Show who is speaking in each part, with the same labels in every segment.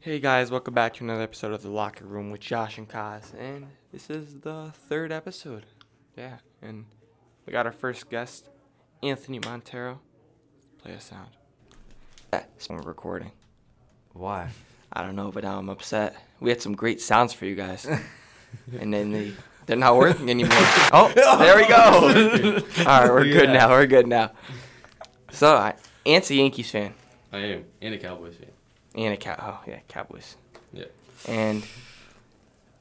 Speaker 1: Hey guys, welcome back to another episode of The Locker Room with Josh and Kaz. And this is the third episode. Yeah, and we got our first guest, Anthony Montero. Play a sound. That's when we're recording.
Speaker 2: Why?
Speaker 1: I don't know, but now I'm upset. We had some great sounds for you guys. and then they, they're not working anymore. oh, there we go. All right, we're good
Speaker 2: Yeah.
Speaker 1: now. We're good now. So, I- Ant's a Yankees fan.
Speaker 3: I am, and a Cowboys fan.
Speaker 1: And a cow. Oh, yeah, Cowboys.
Speaker 3: Yeah.
Speaker 1: And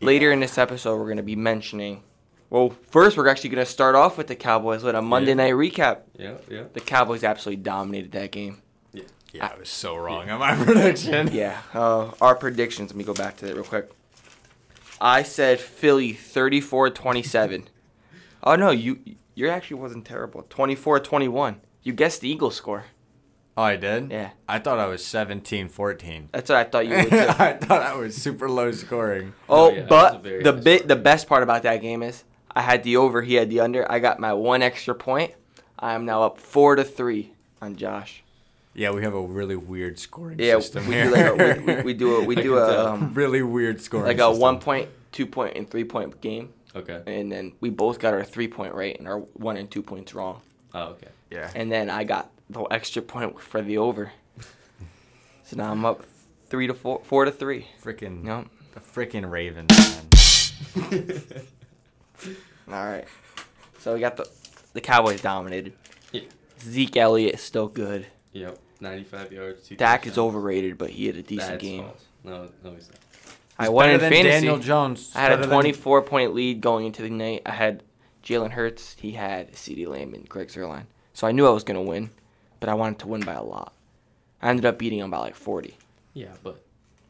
Speaker 1: later in this episode, we're going to be mentioning. Well, first, we're actually going to start off with the Cowboys with a Monday night recap.
Speaker 3: Yeah, yeah.
Speaker 1: The Cowboys absolutely dominated that game.
Speaker 2: Yeah, I was so wrong on my prediction.
Speaker 1: Yeah. Uh, our predictions. Let me go back to that real quick. I said Philly 34 27. oh, no, you you actually wasn't terrible. 24 21. You guessed the Eagles score.
Speaker 2: Oh, I did?
Speaker 1: Yeah.
Speaker 2: I thought I was 17 14.
Speaker 1: That's what I thought you would do.
Speaker 2: I thought I was super low scoring.
Speaker 1: Oh,
Speaker 3: Oh, yeah, that was
Speaker 1: but
Speaker 3: a very
Speaker 1: the
Speaker 3: nice
Speaker 1: bit
Speaker 3: score.
Speaker 1: the best part about that game is I had the over, he had the under. I got my one extra point. I am now up four to three on Josh.
Speaker 2: Yeah, we have a really weird scoring
Speaker 1: Yeah,
Speaker 2: system
Speaker 1: we
Speaker 2: here.
Speaker 1: do, like a, we, we, we do a we
Speaker 3: I
Speaker 1: do
Speaker 3: can
Speaker 1: a
Speaker 3: tell.
Speaker 1: um,
Speaker 2: really weird scoring
Speaker 1: like a
Speaker 2: system.
Speaker 1: one point, two point, and three point game,
Speaker 3: Okay.
Speaker 1: and then we both got our three point right and our one and two points wrong.
Speaker 3: Oh, okay.
Speaker 2: Yeah.
Speaker 1: And then I got the extra point for the over. So now I'm up three to four, four to three.
Speaker 2: Freaking.
Speaker 1: Yep.
Speaker 2: The freaking Ravens, man.
Speaker 1: All right. So we got the the Cowboys dominated.
Speaker 3: Yeah.
Speaker 1: Zeke Elliott is still good.
Speaker 3: Yep. 95 yards. Two
Speaker 1: Dak is
Speaker 3: touchdowns.
Speaker 1: overrated, but he had a decent
Speaker 3: That's
Speaker 1: game.
Speaker 3: False. No, no, he's not.
Speaker 1: I
Speaker 2: It's
Speaker 1: won
Speaker 2: better
Speaker 1: in
Speaker 2: than
Speaker 1: fantasy.
Speaker 2: Daniel Jones.
Speaker 1: I had a
Speaker 2: It's better than-
Speaker 1: 24 point lead going into the night. I had Jalen Hurts. He had CeeDee Lamb and Greg Zerline. So I knew I was going to win, but I wanted to win by a lot. I ended up beating him by like 40.
Speaker 3: Yeah, but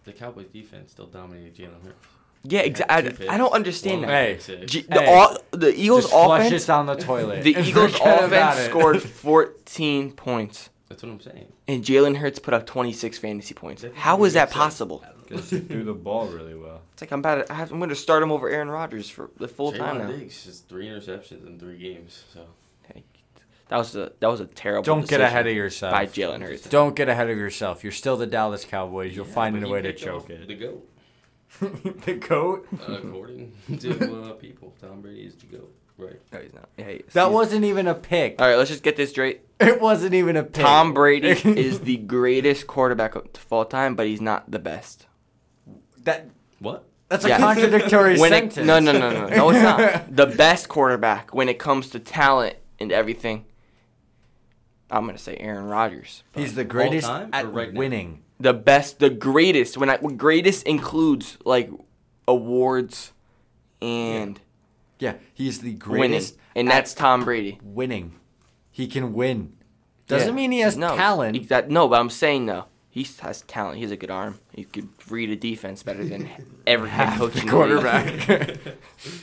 Speaker 3: the Cowboys defense still dominated Jalen Hurts.
Speaker 1: Yeah,
Speaker 3: They had two
Speaker 1: exactly. I,
Speaker 3: picks,
Speaker 1: don't understand
Speaker 3: one
Speaker 1: that.
Speaker 2: Hey,
Speaker 3: pick six.
Speaker 1: G- the,
Speaker 2: Hey.
Speaker 1: all, the Eagles
Speaker 2: Just flush
Speaker 1: offense.
Speaker 2: it down the toilet.
Speaker 1: The
Speaker 2: and
Speaker 1: Eagles
Speaker 2: forget about
Speaker 1: offense
Speaker 2: it.
Speaker 1: scored 14 points,
Speaker 3: That's what I'm saying.
Speaker 1: and Jalen Hurts put up 26 fantasy points.
Speaker 3: That doesn't
Speaker 1: How is
Speaker 3: make
Speaker 1: that
Speaker 3: sense.
Speaker 1: possible?
Speaker 3: I don't know.
Speaker 4: Because he threw the ball really well.
Speaker 1: It's like I'm about to, I have, I'm going to start him over Aaron Rodgers for the full time now.
Speaker 3: Jalen Diggs has three interceptions in three games. So
Speaker 1: That was a that was a terrible.
Speaker 2: Don't get
Speaker 1: decision
Speaker 2: ahead of yourself.
Speaker 1: By Jalen Hurts.
Speaker 2: Don't get ahead of yourself. You're still the Dallas Cowboys. You'll
Speaker 3: Yeah,
Speaker 2: find
Speaker 3: but
Speaker 2: a
Speaker 3: he
Speaker 2: way to
Speaker 3: picked off Uh,
Speaker 2: choke
Speaker 3: The
Speaker 2: it.
Speaker 3: goat,
Speaker 2: the goat.
Speaker 3: according to uh, people, Tom Brady is the goat. Right.
Speaker 1: No, he's not. Yeah, he is.
Speaker 2: That
Speaker 1: He's-
Speaker 2: wasn't even a pick.
Speaker 1: All right, let's just get this straight.
Speaker 2: It wasn't even a pick.
Speaker 1: Uh, Tom Brady is the greatest quarterback of of all time, but he's not the best.
Speaker 2: that.
Speaker 3: What?
Speaker 2: That's
Speaker 1: Yeah.
Speaker 2: a contradictory
Speaker 1: When it,
Speaker 2: sentence.
Speaker 1: no, no, no, no, no, it's not the best quarterback when it comes to talent and everything. I'm gonna say Aaron Rodgers.
Speaker 2: He's the
Speaker 3: All
Speaker 2: greatest
Speaker 3: time or
Speaker 2: at
Speaker 3: right now?
Speaker 2: winning.
Speaker 1: The best, the greatest. When I when greatest includes like awards and
Speaker 2: Yeah, he's the
Speaker 1: winning,
Speaker 2: greatest
Speaker 1: and that's Tom Brady.
Speaker 2: at winning. He can win. Doesn't mean he has
Speaker 1: no,
Speaker 2: talent.
Speaker 1: he- that- no, but I'm saying though, he has talent. He has a good arm. He could read a defense better than every head coach in
Speaker 2: the
Speaker 1: the league.
Speaker 2: quarterback.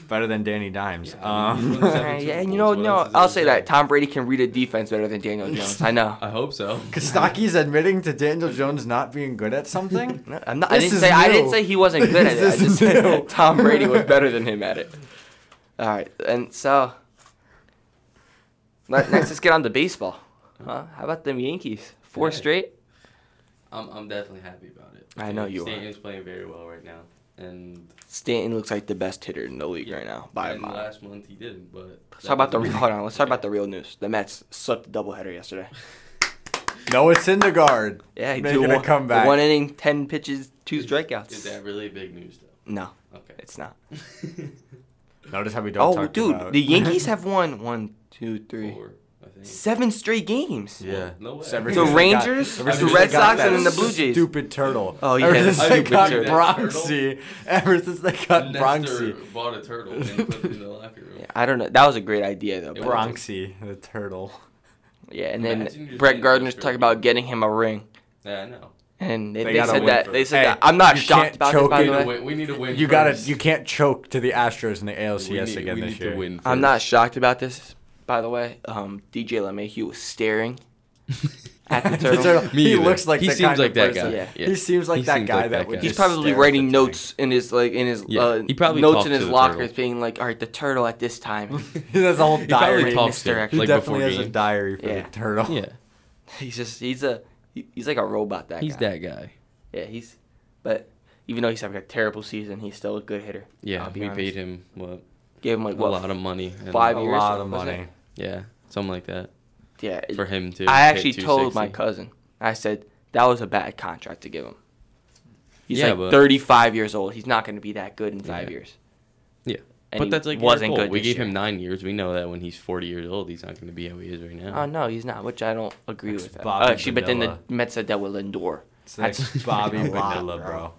Speaker 2: Better than Danny Dimes.
Speaker 3: Yeah, I mean, he's
Speaker 2: um,
Speaker 3: one
Speaker 1: All right,
Speaker 3: of Seven
Speaker 1: yeah,
Speaker 3: Super
Speaker 1: and you know,
Speaker 3: Bowls, what
Speaker 1: no,
Speaker 3: else is
Speaker 1: I'll
Speaker 3: there
Speaker 1: say
Speaker 3: to
Speaker 1: that
Speaker 3: say?
Speaker 1: Tom Brady can read a defense better than Daniel Jones. I know.
Speaker 3: I hope so.
Speaker 2: Kostaki's admitting to Daniel Jones not being good at something.
Speaker 1: No, I'm not, I
Speaker 2: This
Speaker 1: didn't
Speaker 2: is
Speaker 1: say I didn't
Speaker 2: new.
Speaker 1: say he wasn't good at it. I
Speaker 2: This
Speaker 1: just
Speaker 2: is
Speaker 1: said
Speaker 2: new.
Speaker 1: that Tom Brady was better than him at it. All right, and so let, let's just get on to baseball. Huh? How about them Yankees? Four
Speaker 3: Yeah.
Speaker 1: straight.
Speaker 3: I'm, I'm definitely happy about it.
Speaker 1: I know you are.
Speaker 3: Stanton's playing very well right now, and
Speaker 1: Stanton looks like the best hitter in the league right now by a
Speaker 2: uh,
Speaker 3: and
Speaker 1: mile.
Speaker 3: last month he didn't, but
Speaker 1: Let's talk about the real, hold on. Let's talk about the real news. The Mets swept the doubleheader yesterday.
Speaker 2: No, it's in the guard.
Speaker 1: Yeah, he
Speaker 2: Making a comeback.
Speaker 1: One inning, ten pitches, two
Speaker 3: Is
Speaker 1: strikeouts.
Speaker 3: that really big news though?
Speaker 1: No,
Speaker 3: Okay.
Speaker 1: it's not.
Speaker 2: Notice how we don't
Speaker 1: oh,
Speaker 2: talk
Speaker 1: dude,
Speaker 2: about-
Speaker 1: the Yankees have won one, two, three,
Speaker 3: Four, I think.
Speaker 1: seven straight games.
Speaker 2: Yeah.
Speaker 3: No way.
Speaker 2: Ever
Speaker 3: The
Speaker 2: since they
Speaker 1: Rangers,
Speaker 2: ever
Speaker 3: the
Speaker 2: since
Speaker 3: Red
Speaker 2: they got
Speaker 3: Sox, and
Speaker 2: that
Speaker 3: then the Blue
Speaker 1: Jays.
Speaker 2: Stupid turtle.
Speaker 1: Oh, yeah,
Speaker 2: Ever
Speaker 1: that
Speaker 2: since they
Speaker 3: stupid
Speaker 2: got
Speaker 3: turtle.
Speaker 2: Bronxy. Ever since they got
Speaker 3: Nestor
Speaker 2: Bronxy.
Speaker 3: bought a turtle and put it in the locker room.
Speaker 1: Yeah, I don't know. That was a great idea though.
Speaker 3: It
Speaker 1: but-
Speaker 3: was.
Speaker 2: Bronxy, the turtle.
Speaker 1: yeah, and
Speaker 3: Imagine
Speaker 1: then
Speaker 3: you're
Speaker 1: Brett
Speaker 3: seeing
Speaker 1: Gardner's
Speaker 3: Mr.
Speaker 1: talking about getting him a ring,
Speaker 3: Yeah, I know.
Speaker 1: and they,
Speaker 2: They
Speaker 1: they
Speaker 2: gotta
Speaker 1: said
Speaker 2: win
Speaker 1: that
Speaker 3: first.
Speaker 1: they said
Speaker 2: Hey,
Speaker 1: that. I'm not
Speaker 2: you
Speaker 1: shocked
Speaker 2: can't
Speaker 1: about this.
Speaker 2: choke
Speaker 1: By
Speaker 3: We
Speaker 1: the
Speaker 3: need,
Speaker 1: way,
Speaker 3: to win, we need to win.
Speaker 2: You gotta,
Speaker 3: first.
Speaker 2: you can't choke to the Astros and the ALCS
Speaker 3: We need-
Speaker 2: again
Speaker 3: we
Speaker 2: this
Speaker 3: need
Speaker 2: year.
Speaker 3: To win
Speaker 1: I'm not
Speaker 3: first.
Speaker 1: shocked about this. By the way, um, DJ LeMahieu was staring at the
Speaker 2: The
Speaker 1: turtle.
Speaker 2: turtle,
Speaker 3: Me
Speaker 2: he
Speaker 3: either.
Speaker 2: looks like
Speaker 3: He
Speaker 2: the
Speaker 3: seems
Speaker 2: kind of
Speaker 3: like that
Speaker 2: person-
Speaker 1: guy. Yeah.
Speaker 3: Yeah.
Speaker 2: He seems like
Speaker 3: He
Speaker 2: that
Speaker 3: seems
Speaker 2: guy
Speaker 3: like
Speaker 2: that
Speaker 3: that
Speaker 2: would.
Speaker 3: guy.
Speaker 1: He's
Speaker 2: just
Speaker 1: probably
Speaker 2: stare at
Speaker 1: writing
Speaker 2: the
Speaker 1: notes in his like in his
Speaker 3: Yeah,
Speaker 1: uh,
Speaker 3: he probably
Speaker 1: notes
Speaker 3: talked
Speaker 1: in
Speaker 3: to
Speaker 1: his
Speaker 3: the
Speaker 1: locker,
Speaker 3: turtle.
Speaker 1: being like, "All right, the turtle at this time."
Speaker 2: tank. He has a whole
Speaker 3: He probably
Speaker 2: diary.
Speaker 3: talks
Speaker 1: Mr.
Speaker 3: to him,
Speaker 1: X.
Speaker 2: He
Speaker 3: like
Speaker 2: definitely
Speaker 3: before
Speaker 2: has a
Speaker 3: game.
Speaker 2: diary for
Speaker 1: Yeah.
Speaker 2: the turtle.
Speaker 3: Yeah,
Speaker 1: he's just he's a he- he's like a robot. That
Speaker 3: he's
Speaker 1: guy.
Speaker 3: that guy.
Speaker 1: Yeah, he's But even though he's having a terrible season, he's still a good hitter.
Speaker 3: Yeah,
Speaker 1: I'll be
Speaker 3: we
Speaker 1: honest.
Speaker 3: paid him what
Speaker 1: Gave him like what?
Speaker 3: a lot of money. and-
Speaker 1: five
Speaker 2: a
Speaker 1: years,
Speaker 2: lot of
Speaker 1: was it?
Speaker 2: money.
Speaker 3: Yeah, something like that
Speaker 1: Yeah. it-
Speaker 3: for him to.
Speaker 1: I
Speaker 3: hit
Speaker 1: actually told my
Speaker 3: 260.
Speaker 1: cousin. I said that was a bad contract to give him. He's
Speaker 3: Yeah,
Speaker 1: like
Speaker 3: but-
Speaker 1: 35 years old. He's not going to be that good in five
Speaker 3: Yeah.
Speaker 1: years.
Speaker 3: Yeah.
Speaker 1: And
Speaker 3: but
Speaker 1: he
Speaker 3: that's like our
Speaker 1: wasn't
Speaker 3: goal.
Speaker 1: good.
Speaker 3: We
Speaker 1: this
Speaker 3: gave
Speaker 1: year.
Speaker 3: him nine years. We know that when he's 40 years old, he's not going to be how he is right now.
Speaker 1: Oh no, he's not. Which I don't agree
Speaker 2: That's
Speaker 1: with.
Speaker 2: Bobby
Speaker 1: Uh, actually, but then the
Speaker 2: Vanilla.
Speaker 1: Mets said that with Lindor.
Speaker 2: It's the next
Speaker 3: That's
Speaker 2: Bobby
Speaker 3: a
Speaker 2: Vanilla,
Speaker 3: lot,
Speaker 2: bro.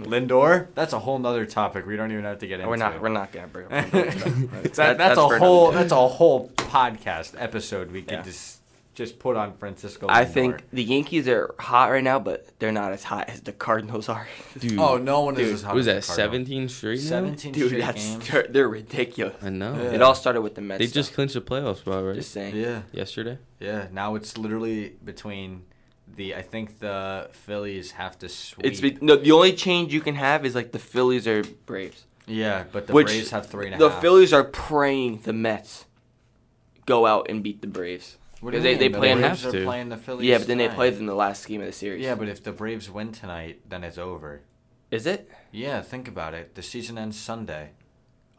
Speaker 2: Lindor? That's a whole nother topic we don't even have to get into.
Speaker 1: We're not. We're not going to bring up Lindor.
Speaker 2: that,
Speaker 1: That-
Speaker 2: that's
Speaker 1: that's for
Speaker 2: a whole.
Speaker 1: another day.
Speaker 2: That's a whole podcast episode we could
Speaker 1: Yeah.
Speaker 2: just just put on Francisco.
Speaker 1: I
Speaker 2: Lindor.
Speaker 1: think the Yankees are hot right now, but they're not as hot as the Cardinals are.
Speaker 3: Dude,
Speaker 2: Oh, no one
Speaker 1: Dude,
Speaker 2: is. as hot
Speaker 3: what was
Speaker 2: as
Speaker 3: that
Speaker 2: the Cardinals.
Speaker 3: 17 straight? now?
Speaker 2: Seventeen
Speaker 1: Dude,
Speaker 2: straight
Speaker 1: that's
Speaker 2: games.
Speaker 1: they're, they're ridiculous.
Speaker 3: I know.
Speaker 2: Yeah.
Speaker 1: It all started with the Mets.
Speaker 3: They
Speaker 1: though.
Speaker 3: just clinched a playoff spot, right?
Speaker 1: just saying.
Speaker 2: Yeah,
Speaker 3: Yesterday.
Speaker 2: yeah. Now it's literally between the. I think the Phillies have to sweep.
Speaker 1: It's be, no, the only change you can have is like the Phillies or Braves.
Speaker 2: yeah, but the
Speaker 1: which
Speaker 2: Braves have three and a half.
Speaker 1: the Phillies are praying the Mets go out and beat the Braves.
Speaker 2: What do you
Speaker 1: they-
Speaker 2: mean?
Speaker 1: they
Speaker 2: The
Speaker 1: play in-
Speaker 2: Braves
Speaker 3: Have
Speaker 2: are
Speaker 3: to.
Speaker 2: playing the Phillies.
Speaker 1: yeah, but then they
Speaker 2: tonight.
Speaker 1: play them the last game of the series.
Speaker 2: Yeah, but if the Braves win tonight, then it's over.
Speaker 1: is it?
Speaker 2: Yeah, think about it. The season ends Sunday.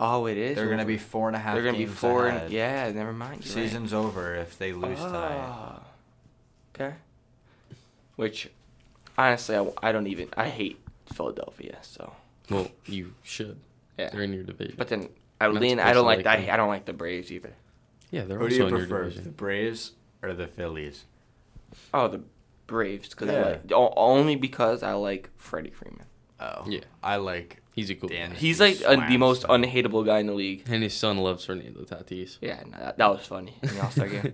Speaker 1: Oh, it is.
Speaker 2: They're gonna
Speaker 1: over.
Speaker 2: be four and a half.
Speaker 1: They're gonna be
Speaker 2: games
Speaker 1: four.
Speaker 2: ahead.
Speaker 1: And, yeah, never mind. you're right.
Speaker 2: Season's over if they lose tonight.
Speaker 1: Ah, Okay. Which, honestly, I, I don't even. I hate Philadelphia. So,
Speaker 3: Well, you should.
Speaker 1: Yeah.
Speaker 3: They're in your division.
Speaker 1: but then I
Speaker 3: Mets
Speaker 1: lean. I don't
Speaker 3: personally
Speaker 1: like.
Speaker 3: like
Speaker 1: I,
Speaker 3: them.
Speaker 1: I don't like the Braves either.
Speaker 3: yeah, they're
Speaker 2: Who
Speaker 3: also
Speaker 2: do you
Speaker 3: in your
Speaker 2: prefer, the
Speaker 3: division.
Speaker 2: Braves or the Phillies?
Speaker 1: Oh, the Braves because
Speaker 2: Yeah.
Speaker 1: I like o- only because I like Freddie Freeman.
Speaker 2: Oh,
Speaker 3: Yeah.
Speaker 2: I like.
Speaker 3: He's a cool
Speaker 2: Dan.
Speaker 3: guy.
Speaker 1: He's like uh the
Speaker 2: slaps
Speaker 1: most
Speaker 2: them.
Speaker 1: unhateable guy in the league.
Speaker 3: And his son loves Fernando Tatis.
Speaker 1: Yeah, no, that, that was funny in the All Star game.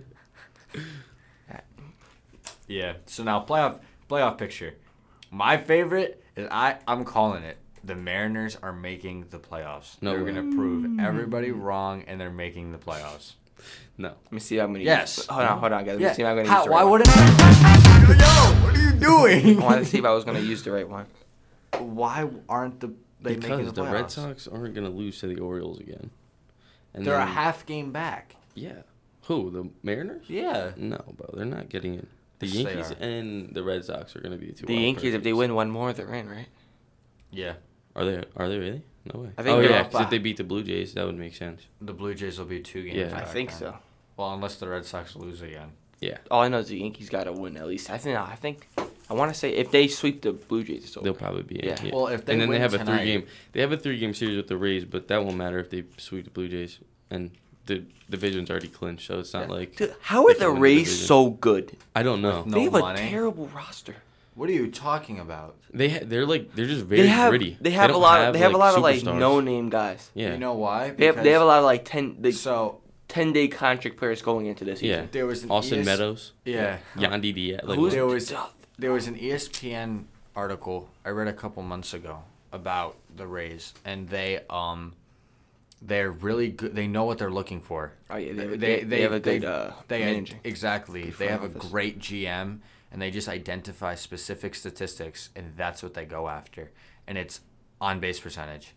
Speaker 2: Yeah. So now playoff playoff picture. My favorite is I. I'm calling it. The Mariners are making the playoffs.
Speaker 3: No
Speaker 2: they're
Speaker 3: way.
Speaker 2: gonna prove everybody wrong, and they're making the playoffs.
Speaker 3: no.
Speaker 1: Let me see how many.
Speaker 2: Yes.
Speaker 1: Hold on, hold on, guys. Let me see if I'm gonna
Speaker 2: How-
Speaker 1: use the
Speaker 2: why
Speaker 1: right one.
Speaker 2: wouldn't? I- Yo, what are you doing?
Speaker 1: I wanted to see if I was gonna use the right one.
Speaker 2: why aren't the they making the,
Speaker 3: because the,
Speaker 2: playoffs?
Speaker 3: Red Sox aren't going to lose to the Orioles again. And
Speaker 2: They're a
Speaker 3: then-
Speaker 2: half game back.
Speaker 3: Yeah. Who? The Mariners?
Speaker 2: Yeah.
Speaker 3: No, bro. They're not getting in. The
Speaker 2: Yes, they
Speaker 3: Yankees
Speaker 2: are.
Speaker 3: and the Red Sox are going to be the two.
Speaker 1: The
Speaker 3: wild
Speaker 1: Yankees, if they
Speaker 3: cards.
Speaker 1: win one more, they're in, right?
Speaker 2: Yeah.
Speaker 3: Are they? Are they really? No way.
Speaker 1: I think
Speaker 3: oh
Speaker 1: they're
Speaker 3: yeah,
Speaker 1: up
Speaker 3: 'cause if
Speaker 2: by-
Speaker 3: they beat the Blue Jays, that would make sense.
Speaker 2: The Blue Jays will be two games.
Speaker 3: Yeah.
Speaker 1: I
Speaker 2: back
Speaker 1: think
Speaker 2: then.
Speaker 1: so.
Speaker 2: Well, unless the Red Sox lose again.
Speaker 3: Yeah,
Speaker 1: All I know is the Yankees got to win at least. I think. I think. I want to say if they sweep the Blue Jays, it's over.
Speaker 3: they'll probably be in.
Speaker 1: Yeah.
Speaker 3: Yeah.
Speaker 2: Oh. Well, if they
Speaker 3: and then
Speaker 2: win
Speaker 3: they have
Speaker 2: tonight-
Speaker 3: a three-game. They have a three-game series with the Rays, but that won't matter if they sweep the Blue Jays. And the division's already clinched, so it's not like.
Speaker 1: Dude, how are
Speaker 3: they
Speaker 1: the
Speaker 3: can win
Speaker 1: Rays
Speaker 3: division.
Speaker 1: so good?
Speaker 3: I don't know.
Speaker 2: no-
Speaker 1: they have
Speaker 2: money.
Speaker 1: a terrible roster.
Speaker 2: What are you talking about?
Speaker 3: They ha- they're like they're just very
Speaker 1: they have.
Speaker 3: gritty.
Speaker 1: They have a
Speaker 3: don't
Speaker 1: lot. Of, they have a lot of like
Speaker 3: superstars.
Speaker 1: no-name guys.
Speaker 3: Yeah.
Speaker 2: You know why?
Speaker 1: They have. They have a lot of like ten. They,
Speaker 2: so
Speaker 1: ten-day contract players going into this
Speaker 3: yeah.
Speaker 1: season.
Speaker 2: there was an E
Speaker 3: Austin
Speaker 2: ES
Speaker 3: Meadows.
Speaker 2: Yeah.
Speaker 3: Yandy Diaz. Like,
Speaker 1: Who's
Speaker 2: There
Speaker 1: there
Speaker 2: was- There was an E ESPN article I read a couple months ago about the Rays, and they um, they're really good. They know what they're looking for.
Speaker 1: Oh yeah, they, they, they, have a good uh,
Speaker 2: they
Speaker 1: manager.
Speaker 2: exactly.
Speaker 1: Good
Speaker 2: they
Speaker 1: front
Speaker 2: have a
Speaker 1: office.
Speaker 2: great GM, and they just identify specific statistics, and that's what they go after. And it's on base percentage.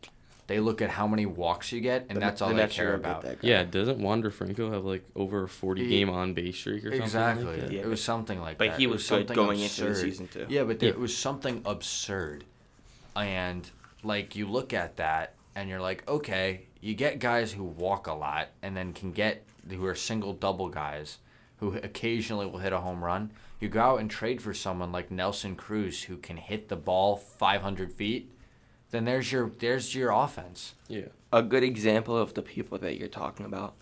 Speaker 2: They look at how many walks you get, and that's all
Speaker 1: The
Speaker 2: they
Speaker 1: Mets are
Speaker 2: care
Speaker 1: good at
Speaker 2: about.
Speaker 1: that guy.
Speaker 3: Yeah, doesn't Wander Franco have like over a 40 game on base streak or something?
Speaker 2: Exactly.
Speaker 3: Like that?
Speaker 1: Yeah,
Speaker 2: it was something like
Speaker 1: but
Speaker 2: that.
Speaker 1: he
Speaker 2: It
Speaker 1: was good
Speaker 2: something
Speaker 1: going into the
Speaker 2: absurd.
Speaker 1: season, too.
Speaker 2: Yeah, but there,
Speaker 3: Yeah.
Speaker 2: it was something absurd. And like you look at that and you're like, okay, you get guys who walk a lot and then can get who are single double guys who occasionally will hit a home run. You go out and trade for someone like Nelson Cruz who can hit the ball 500 feet. Then there's your there's your offense.
Speaker 3: Yeah.
Speaker 1: a good example of the people that you're talking about.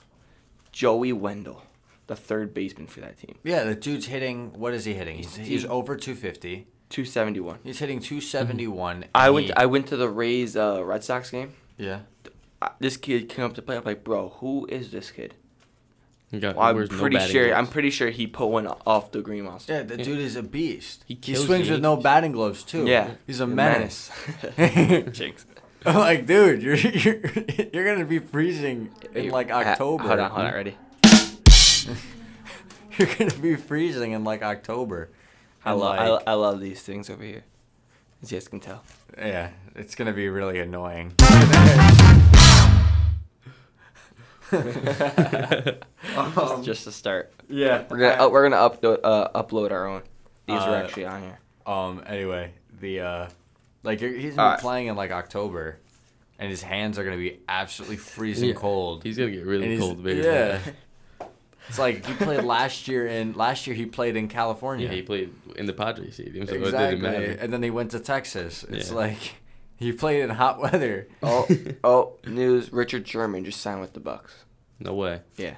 Speaker 1: Joey Wendell, the third baseman for that team,
Speaker 2: Yeah, the dude's hitting. What is he hitting? He's, he's
Speaker 1: he-
Speaker 2: over 250.
Speaker 1: two seventy one.
Speaker 2: He's hitting 271.
Speaker 1: I
Speaker 2: and
Speaker 1: went.
Speaker 2: he-
Speaker 1: I went to the Rays uh, Red Sox game.
Speaker 2: yeah.
Speaker 1: I- This kid came up to play. I'm like, bro, who is this kid?
Speaker 3: He got-
Speaker 1: Well, I'm
Speaker 3: wears no
Speaker 1: pretty
Speaker 3: batting
Speaker 1: sure.
Speaker 3: gloves.
Speaker 1: I'm pretty sure he put one off the green monster.
Speaker 2: Yeah, the dude is a beast.
Speaker 3: He
Speaker 2: He,
Speaker 3: kills
Speaker 2: swings
Speaker 3: the
Speaker 2: with no
Speaker 3: Yankees.
Speaker 2: batting gloves too.
Speaker 1: Yeah,
Speaker 2: he's a
Speaker 1: You're
Speaker 2: menace.
Speaker 1: Jinx.
Speaker 2: I'm like, dude, you're you're you're gonna be freezing in like
Speaker 1: Ah,
Speaker 2: October.
Speaker 1: Hold on, hold on, ready.
Speaker 2: You're gonna be freezing in like October.
Speaker 1: I
Speaker 2: And,
Speaker 1: love. I,
Speaker 2: like,
Speaker 1: I love these things over here. As you guys can tell.
Speaker 2: yeah, it's gonna be really annoying.
Speaker 1: just to start,
Speaker 2: yeah,
Speaker 1: oh,
Speaker 2: Um,
Speaker 1: we're gonna uh, we're gonna upload uh, upload our own. These are
Speaker 2: Uh,
Speaker 1: actually on here.
Speaker 2: Um. Anyway, the uh, like you're- he's
Speaker 1: All
Speaker 2: gonna
Speaker 1: right.
Speaker 2: be playing in like October, and his hands are gonna be absolutely freezing
Speaker 3: Yeah.
Speaker 2: cold.
Speaker 3: He's gonna get
Speaker 2: And
Speaker 3: really
Speaker 2: he's-
Speaker 3: cold, baby.
Speaker 2: Yeah. it's like he played last year in last year he played in California.
Speaker 3: Yeah, he played in the Padres stadium, so it didn't
Speaker 2: exactly.
Speaker 3: matter.
Speaker 2: And then he went to Texas. It's
Speaker 3: Yeah.
Speaker 2: like he played in hot weather.
Speaker 1: Oh, oh, news. Richard Sherman just signed with the Bucks.
Speaker 3: No way.
Speaker 1: Yeah.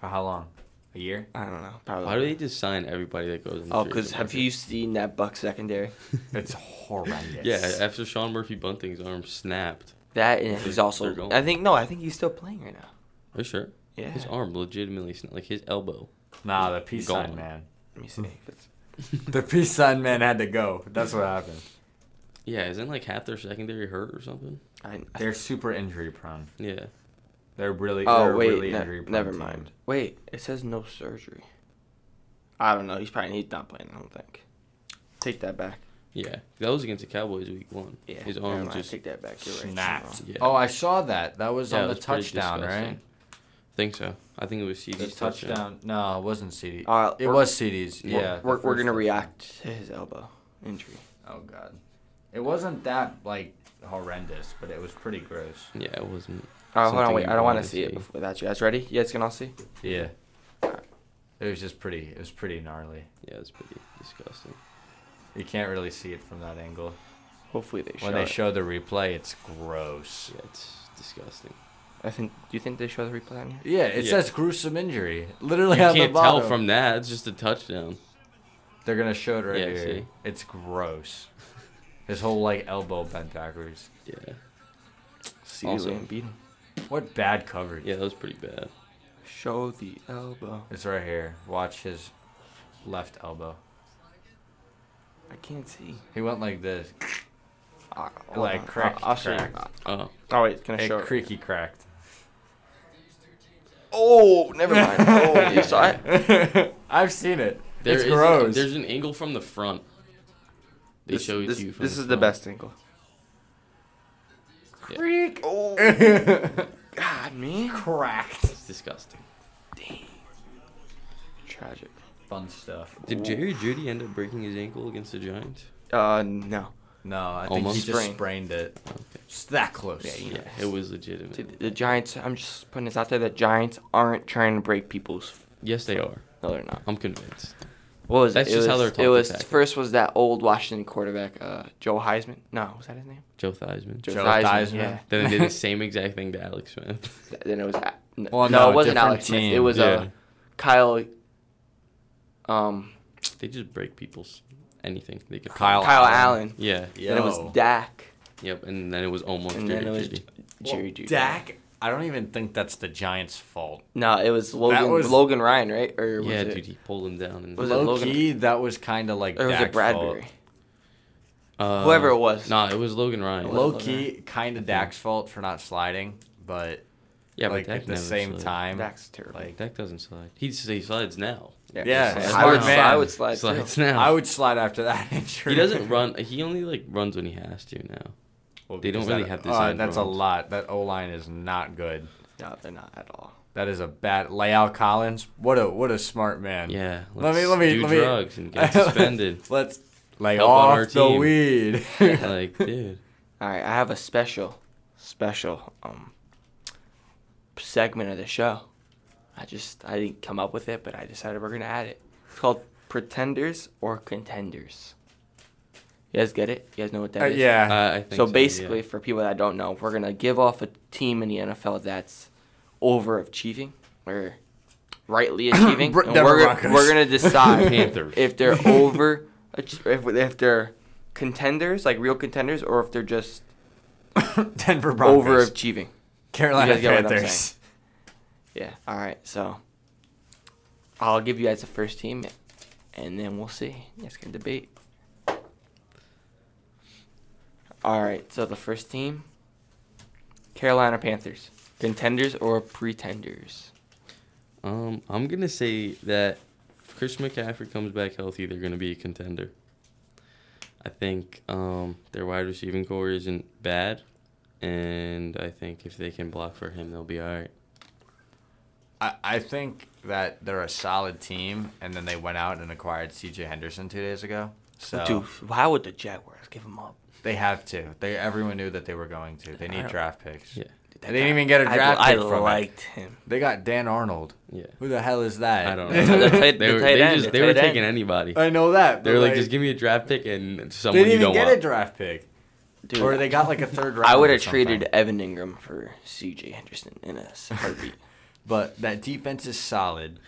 Speaker 2: For how long? A year?
Speaker 1: I don't know. Probably.
Speaker 3: Why do they just sign everybody that goes in the
Speaker 1: Oh,
Speaker 3: trade
Speaker 1: because have
Speaker 3: market?
Speaker 1: you seen that Buck secondary?
Speaker 2: It's horrendous.
Speaker 3: Yeah, after Sean Murphy Bunting's arm snapped.
Speaker 1: That and he's
Speaker 3: They're
Speaker 1: also.
Speaker 3: going.
Speaker 1: I think no. I think he's still playing right now.
Speaker 3: Are you sure?
Speaker 1: Yeah.
Speaker 3: His arm legitimately snapped, like his elbow.
Speaker 2: Nah, the peace sign
Speaker 3: Gone.
Speaker 2: man.
Speaker 1: Let me see. if it's-
Speaker 2: The peace sign man had to go. That's what happened.
Speaker 3: Yeah, isn't like half their secondary hurt or something?
Speaker 1: I, I,
Speaker 2: They're super injury prone.
Speaker 3: Yeah.
Speaker 2: They're really. they're
Speaker 1: oh
Speaker 2: a
Speaker 1: wait,
Speaker 2: really
Speaker 1: ne-
Speaker 2: injury prone
Speaker 1: never
Speaker 2: team.
Speaker 1: mind. Wait, it says no surgery. I don't know. He's probably he's not playing. I don't think. Take that back.
Speaker 3: Yeah. That was against the Cowboys week one.
Speaker 1: Yeah.
Speaker 3: His
Speaker 1: never
Speaker 3: arm
Speaker 1: mind,
Speaker 3: just
Speaker 1: take that back. You're right.
Speaker 2: Snapped.
Speaker 3: Yeah.
Speaker 2: Oh, I saw that. That was
Speaker 3: Yeah,
Speaker 2: on
Speaker 3: it
Speaker 2: the
Speaker 3: was pretty
Speaker 2: touchdown,
Speaker 3: disgusting.
Speaker 2: right?
Speaker 3: think so. I think it was
Speaker 2: The
Speaker 3: CD's touchdown.
Speaker 2: touchdown. No, it wasn't CD.
Speaker 1: All right,
Speaker 2: it
Speaker 1: we're-
Speaker 2: was CD's.
Speaker 1: We're-
Speaker 2: Yeah. the
Speaker 1: We're, we're
Speaker 2: first
Speaker 1: gonna
Speaker 2: touchdown.
Speaker 1: react to his elbow injury.
Speaker 2: Oh god. It wasn't that like horrendous, but it was pretty gross.
Speaker 3: Yeah, it wasn't.
Speaker 1: Oh, hold on.
Speaker 3: something
Speaker 1: Wait.
Speaker 3: you
Speaker 1: I don't want
Speaker 3: wanna
Speaker 1: to see it
Speaker 3: see.
Speaker 1: before that. You guys ready? You guys can all see.
Speaker 2: Yeah. It was just pretty. It was pretty gnarly.
Speaker 3: Yeah, it's pretty disgusting.
Speaker 2: You can't really see it from that angle.
Speaker 1: Hopefully they show.
Speaker 2: When they
Speaker 1: it.
Speaker 2: show the replay, it's gross.
Speaker 3: Yeah, it's disgusting.
Speaker 1: I think. Do you think they show the replay on here?
Speaker 2: Yeah, it
Speaker 3: Yeah.
Speaker 2: says gruesome injury. Literally
Speaker 3: you
Speaker 2: on
Speaker 3: can't
Speaker 2: the
Speaker 3: tell
Speaker 2: bottom.
Speaker 3: from that. It's just a touchdown.
Speaker 2: They're gonna show it right
Speaker 3: Yeah, I
Speaker 2: here.
Speaker 3: see.
Speaker 2: It's gross. His whole like elbow bent backwards.
Speaker 3: Yeah.
Speaker 1: See
Speaker 3: Also-
Speaker 1: Liam Beaton.
Speaker 2: What bad coverage.
Speaker 3: Yeah, that was pretty bad.
Speaker 1: Show the elbow.
Speaker 2: It's right here. Watch his left elbow.
Speaker 1: I can't see.
Speaker 2: He went like this.
Speaker 1: Uh,
Speaker 2: Like cracked,
Speaker 1: I'll, I'll show you.
Speaker 2: cracked.
Speaker 3: Oh,
Speaker 1: Oh wait, can I
Speaker 2: It
Speaker 1: show? it?
Speaker 2: creaky cracked.
Speaker 1: Oh, never mind. Oh, you saw it.
Speaker 2: I've seen it.
Speaker 3: there
Speaker 2: it's
Speaker 3: is-
Speaker 2: gross.
Speaker 3: there's an angle from the front. They
Speaker 1: this,
Speaker 3: show it
Speaker 1: this,
Speaker 3: to you. From
Speaker 1: this is the
Speaker 3: front.
Speaker 1: best angle.
Speaker 2: Creak.
Speaker 1: Oh, God, man.
Speaker 2: cracked.
Speaker 3: It's disgusting.
Speaker 1: Tragic.
Speaker 2: Fun stuff.
Speaker 3: Did Jerry Judy end up breaking his ankle against the Giants?
Speaker 1: Uh, no.
Speaker 2: No, I think
Speaker 3: Almost.
Speaker 2: he just
Speaker 1: Sprain.
Speaker 2: sprained it. It's that close.
Speaker 1: Yeah, you-
Speaker 3: Yeah, it was legitimate.
Speaker 1: See, the Giants. I'm just putting this out there. The Giants aren't trying to break people's.
Speaker 3: yes, they are.
Speaker 1: No, they're not.
Speaker 3: I'm convinced.
Speaker 1: What was
Speaker 3: That's
Speaker 1: it?
Speaker 3: just
Speaker 1: it
Speaker 3: how
Speaker 1: was,
Speaker 3: they're taught
Speaker 1: It
Speaker 3: to
Speaker 1: was
Speaker 3: tackle.
Speaker 1: first was that old Washington quarterback, uh, Joe Heisman. No, was that his name?
Speaker 3: Joe Theismann.
Speaker 1: Joe
Speaker 2: Joe
Speaker 1: Theismann,
Speaker 2: Theismann.
Speaker 1: yeah.
Speaker 3: Then they did the same exact thing to Alex Smith.
Speaker 1: Th- Then it was. A- n-
Speaker 2: Well,
Speaker 1: no,
Speaker 2: no,
Speaker 1: it wasn't
Speaker 2: different
Speaker 1: Alex Smith. It
Speaker 2: team.
Speaker 1: was uh,
Speaker 3: Yeah.
Speaker 1: Kyle. Um,
Speaker 3: they just break people's anything they could.
Speaker 2: Kyle.
Speaker 1: Kyle
Speaker 2: Allen.
Speaker 1: Allen.
Speaker 3: Yeah.
Speaker 1: Then it
Speaker 2: Yo.
Speaker 1: was Dak.
Speaker 3: Yep. And then it was almost
Speaker 1: And
Speaker 3: Jerry
Speaker 1: then it was
Speaker 3: Judy.
Speaker 2: Well,
Speaker 1: Jerry Judy.
Speaker 2: Dak. I don't even think that's the Giants' fault.
Speaker 1: No, it was Logan.
Speaker 2: was-
Speaker 1: Logan Ryan, right? Or was
Speaker 3: yeah,
Speaker 1: it,
Speaker 3: dude, he pulled him down. And
Speaker 1: Was it
Speaker 2: Low
Speaker 1: Logan-
Speaker 2: key, that was kind of like
Speaker 1: Or was
Speaker 2: Dak's
Speaker 1: it Bradbury?
Speaker 2: fault.
Speaker 3: Uh,
Speaker 1: Whoever it was.
Speaker 3: Nah, it was Logan Ryan.
Speaker 1: Lo-
Speaker 2: Low key, kind of Dak's fault for not sliding, but
Speaker 3: yeah,
Speaker 2: like
Speaker 3: but Dak
Speaker 2: at the
Speaker 3: never
Speaker 2: same
Speaker 3: slid.
Speaker 2: time,
Speaker 1: Dak's terrible.
Speaker 2: like
Speaker 3: Dak doesn't slide. He he slides now.
Speaker 2: Yeah,
Speaker 1: I
Speaker 2: smart
Speaker 1: would-
Speaker 2: man.
Speaker 1: I would slide. too.
Speaker 3: Slides now.
Speaker 2: I would slide after that injury.
Speaker 3: He doesn't run. He only like runs when he has to now.
Speaker 2: Well,
Speaker 3: They don't
Speaker 2: because
Speaker 3: really
Speaker 2: that-
Speaker 3: have
Speaker 2: oh,
Speaker 3: design
Speaker 2: that's a
Speaker 3: runs.
Speaker 2: lot. That O line is not good.
Speaker 1: No, they're not at all.
Speaker 2: That is a bad. Layout Collins, what a what a smart man.
Speaker 3: Yeah.
Speaker 2: Um, Let me- let me-
Speaker 3: do
Speaker 2: let me-
Speaker 3: drugs and get suspended.
Speaker 2: Let's lay
Speaker 3: Help on our
Speaker 2: off the
Speaker 3: team.
Speaker 2: weed. Uh,
Speaker 3: like, dude.
Speaker 1: All right, I have a special, special um segment of the show. I just I didn't come up with it, but I decided we're gonna add it. It's called Pretenders or Contenders. You guys get it? You guys know what that
Speaker 2: Uh,
Speaker 1: is?
Speaker 2: yeah.
Speaker 3: I, I think
Speaker 1: So
Speaker 3: yeah.
Speaker 1: basically, for people that don't know, we're gonna give off a team in the NFL that's overachieving or rightly achieving.
Speaker 2: Br-
Speaker 1: and
Speaker 2: Denver
Speaker 1: we're,
Speaker 2: Broncos.
Speaker 1: we're gonna decide
Speaker 3: Panthers.
Speaker 1: if they're over, if, if they're contenders, like real contenders, or if they're just
Speaker 3: uh,
Speaker 2: Denver Broncos. Over
Speaker 1: overachieving.
Speaker 2: Carolina
Speaker 1: You guys get what I'm
Speaker 2: Panthers.
Speaker 1: Yeah. All right. So I'll give you guys the first team, and then we'll see. It's gonna debate. All right. So the first team, Carolina Panthers, contenders or pretenders?
Speaker 3: Um, I'm gonna say that if Chris McCaffrey comes back healthy, they're gonna be a contender. I think um, their wide receiving core isn't bad, and I think if they can block for him, they'll be all right.
Speaker 2: I, I think that they're a solid team, and then they went out and acquired C.J. Henderson two days ago. So
Speaker 1: Dude, why would the Jaguars give him up?
Speaker 2: they have to. They everyone knew that they were going to. They need
Speaker 1: I-
Speaker 2: draft picks.
Speaker 3: Yeah.
Speaker 2: They didn't even get a draft
Speaker 1: I,
Speaker 2: pick
Speaker 1: I
Speaker 2: from it.
Speaker 1: liked him.
Speaker 2: They got Dan Arnold.
Speaker 3: Yeah.
Speaker 2: Who the hell is that?
Speaker 3: I don't
Speaker 1: The
Speaker 3: know.
Speaker 1: tight-
Speaker 3: they
Speaker 1: the
Speaker 3: were,
Speaker 1: tight
Speaker 3: they
Speaker 1: end,
Speaker 3: just,
Speaker 1: the
Speaker 3: they were
Speaker 1: tight end.
Speaker 3: taking anybody.
Speaker 2: I know that.
Speaker 3: They were
Speaker 2: but,
Speaker 3: like, just give me a draft pick and
Speaker 2: They
Speaker 3: someone
Speaker 2: didn't
Speaker 3: you
Speaker 2: even
Speaker 3: don't
Speaker 2: get
Speaker 3: want.
Speaker 2: a draft pick,
Speaker 1: Dude,
Speaker 2: or they got like a third round.
Speaker 1: I would
Speaker 2: or
Speaker 1: have traded
Speaker 2: something.
Speaker 1: Evan Ingram for C.J. Henderson in a heartbeat.
Speaker 2: But that defense is solid,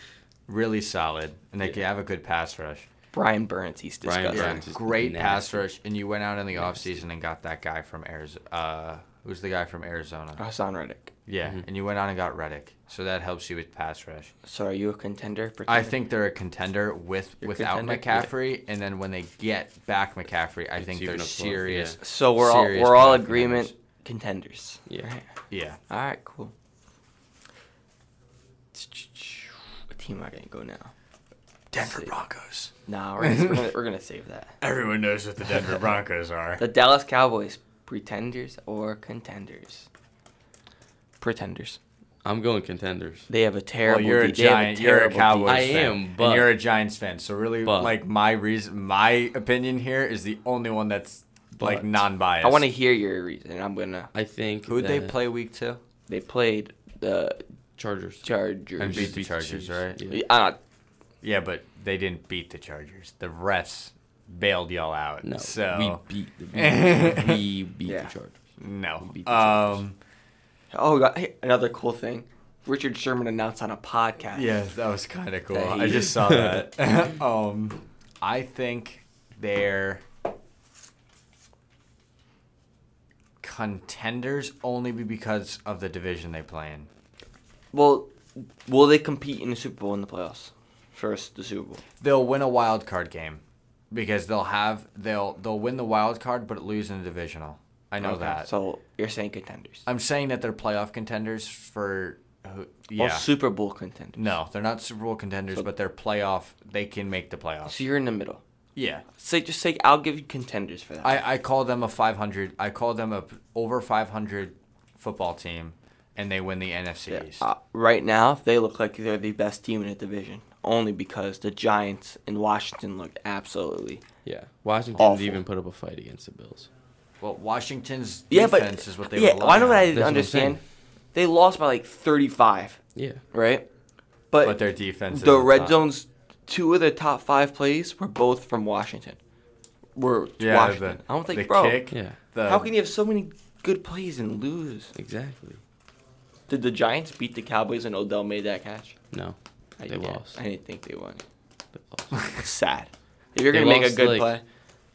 Speaker 2: really solid, and they
Speaker 3: Yeah.
Speaker 2: can have a good pass rush.
Speaker 1: Brian Burns, he's
Speaker 3: Brian
Speaker 1: disgusting.
Speaker 2: Yeah,
Speaker 3: Burns is
Speaker 2: great
Speaker 3: nasty.
Speaker 2: pass rush, and you went out in the offseason and got that guy from Arizona. Uh, who's the guy from
Speaker 3: Uh-huh.
Speaker 2: Arizona?
Speaker 1: Hassan Reddick.
Speaker 2: Yeah,
Speaker 3: Mm-hmm.
Speaker 2: and you went out and got Reddick, so that helps you with pass rush.
Speaker 1: So are you a contender?
Speaker 2: I
Speaker 1: pretender?
Speaker 2: think they're a contender with
Speaker 1: You're a
Speaker 2: without
Speaker 1: contender?
Speaker 2: McCaffrey, and then when they get back McCaffrey, I
Speaker 3: It's
Speaker 2: think
Speaker 3: even
Speaker 2: they're
Speaker 3: up above, yeah.
Speaker 2: serious.
Speaker 1: so. We're all
Speaker 2: serious
Speaker 1: we're all
Speaker 2: playoff
Speaker 1: agreement
Speaker 2: contenders.
Speaker 1: contenders.
Speaker 3: Yeah.
Speaker 1: right?
Speaker 2: Yeah,
Speaker 1: All right. Cool. What team am I gonna go now?
Speaker 2: Denver
Speaker 1: see.
Speaker 2: Broncos.
Speaker 1: Nah, we're gonna, we're gonna, we're gonna save that.
Speaker 2: Everyone knows what the Denver Broncos are.
Speaker 1: The Dallas Cowboys, pretenders or contenders? Pretenders.
Speaker 3: I'm going contenders.
Speaker 1: They have a
Speaker 2: Well,
Speaker 1: terrible.
Speaker 2: you're a
Speaker 1: de- they have
Speaker 2: giant. You're a
Speaker 1: terrible
Speaker 2: Cowboys.
Speaker 1: de-
Speaker 3: I
Speaker 2: fan,
Speaker 3: am,
Speaker 2: and
Speaker 3: but-
Speaker 2: you're a Giants fan. So really,
Speaker 3: but-
Speaker 2: like my reason, my opinion here is the only one that's like
Speaker 3: But-
Speaker 2: non-biased.
Speaker 1: I want to hear your reason. I'm gonna.
Speaker 3: I think
Speaker 2: Who'd they
Speaker 3: that
Speaker 2: play week two?
Speaker 1: They played the
Speaker 3: Chargers.
Speaker 1: Chargers.
Speaker 2: And beat
Speaker 3: Just
Speaker 2: the Chargers,
Speaker 3: Chiefs.
Speaker 2: right?
Speaker 3: Yeah.
Speaker 1: I'm not
Speaker 2: Yeah, but they didn't beat the Chargers. The refs bailed y'all out.
Speaker 3: No,
Speaker 2: so
Speaker 3: we beat the we beat
Speaker 1: Yeah.
Speaker 3: the Chargers.
Speaker 2: no.
Speaker 3: beat the Chargers.
Speaker 2: Um,
Speaker 1: Oh, God. Hey, another cool thing. Richard Sherman announced on a podcast.
Speaker 2: yeah, that was kind of cool.
Speaker 1: That
Speaker 2: I
Speaker 1: he-
Speaker 2: just saw that. um, I think they're contenders only because of the division they play in.
Speaker 1: Well, will they compete in the Super Bowl in the playoffs? First, the Super Bowl.
Speaker 2: they'll win a wild card game because they'll have they'll they'll win the wild card but lose in the divisional. I know
Speaker 1: Okay,
Speaker 2: that.
Speaker 1: So you're saying contenders?
Speaker 2: I'm saying that they're playoff contenders for who, yeah.
Speaker 1: Well, Super Bowl contenders.
Speaker 2: no, they're not Super Bowl contenders,
Speaker 1: So-
Speaker 2: but they're playoff. They can make the playoffs.
Speaker 1: So you're in the middle.
Speaker 2: yeah,
Speaker 1: Say just say I'll give you contenders for that.
Speaker 2: I, I call them a 500. I call them a p- over 500 football team, and they win the NFC
Speaker 1: Yeah,
Speaker 2: East.
Speaker 1: uh, right now, they look like they're the best team in the division, only because the Giants in Washington looked absolutely.
Speaker 3: Yeah, Washington
Speaker 1: Awful.
Speaker 3: didn't even put up a fight against the Bills.
Speaker 2: well, Washington's
Speaker 1: Yeah, but
Speaker 2: defense is what they
Speaker 1: yeah.
Speaker 2: rely
Speaker 1: Why don't
Speaker 2: on,
Speaker 1: I
Speaker 3: That's what I'm
Speaker 1: understand?
Speaker 3: saying.
Speaker 1: They lost by like 35,
Speaker 3: Yeah,
Speaker 1: right?
Speaker 2: but their defense
Speaker 1: the
Speaker 2: is
Speaker 1: red
Speaker 2: top.
Speaker 1: zones two of the top five plays were both from washington were
Speaker 2: Yeah,
Speaker 1: washington
Speaker 2: the-
Speaker 1: i don't think
Speaker 2: the
Speaker 1: bro
Speaker 2: kick,
Speaker 3: yeah,
Speaker 2: the-
Speaker 1: how can you have so many good plays and lose
Speaker 3: exactly.
Speaker 1: did the giants beat the cowboys and odell made that catch
Speaker 3: No,
Speaker 1: I
Speaker 3: they
Speaker 1: didn't-
Speaker 3: lost.
Speaker 1: i didn't think they won
Speaker 3: They lost.
Speaker 1: it's sad if you're
Speaker 3: They
Speaker 1: gonna make a
Speaker 3: lost,
Speaker 1: good
Speaker 3: like,
Speaker 1: play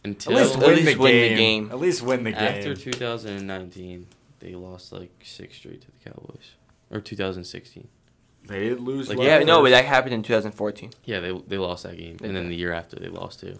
Speaker 3: Until
Speaker 2: At least,
Speaker 1: At
Speaker 2: win,
Speaker 1: least
Speaker 2: the
Speaker 1: win the
Speaker 2: game.
Speaker 1: game.
Speaker 2: At least win the game.
Speaker 3: after 2019, they lost like six straight to the Cowboys, or 2016.
Speaker 2: they did lose.
Speaker 3: Like,
Speaker 1: yeah
Speaker 3: last
Speaker 1: no but
Speaker 3: year.
Speaker 1: that happened in 2014
Speaker 3: Yeah, they they lost that game,
Speaker 1: They
Speaker 3: and then
Speaker 1: did.
Speaker 3: the year after they lost too,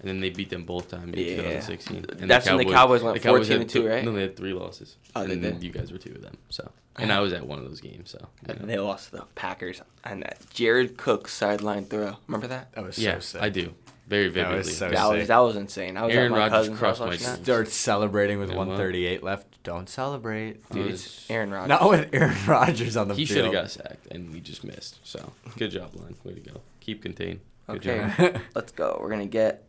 Speaker 3: and then they beat them both times in
Speaker 1: Yeah.
Speaker 3: 2016. And
Speaker 1: That's when the Cowboys went 14
Speaker 3: had
Speaker 1: and two,
Speaker 3: th-
Speaker 1: right?
Speaker 3: No, they had three losses,
Speaker 1: Oh, they
Speaker 3: and then
Speaker 1: did.
Speaker 3: you guys were two of them. So, and I was at one of those games. So, you know.
Speaker 1: they lost to the packers on that jared cook sideline throw remember that
Speaker 2: that was
Speaker 3: yeah,
Speaker 2: so sick.
Speaker 3: I do very
Speaker 2: That
Speaker 3: vividly.
Speaker 2: was so
Speaker 1: that
Speaker 2: sick.
Speaker 1: was, that was insane. I was
Speaker 3: Aaron
Speaker 1: at my
Speaker 3: Rodgers
Speaker 1: cousin's
Speaker 3: crushed
Speaker 1: house
Speaker 3: my
Speaker 1: watching that.
Speaker 2: Start celebrating with
Speaker 3: Yeah, well.
Speaker 2: 138 left. Don't celebrate.
Speaker 3: Dude,
Speaker 1: Dude, it's Aaron Rodgers.
Speaker 2: Not with Aaron Rodgers on the
Speaker 3: he should
Speaker 2: field.
Speaker 3: have got sacked, and we just missed. So, good job, line. Way to go. Keep contained. Good
Speaker 1: Okay.
Speaker 3: job.
Speaker 1: Let's go. We're gonna get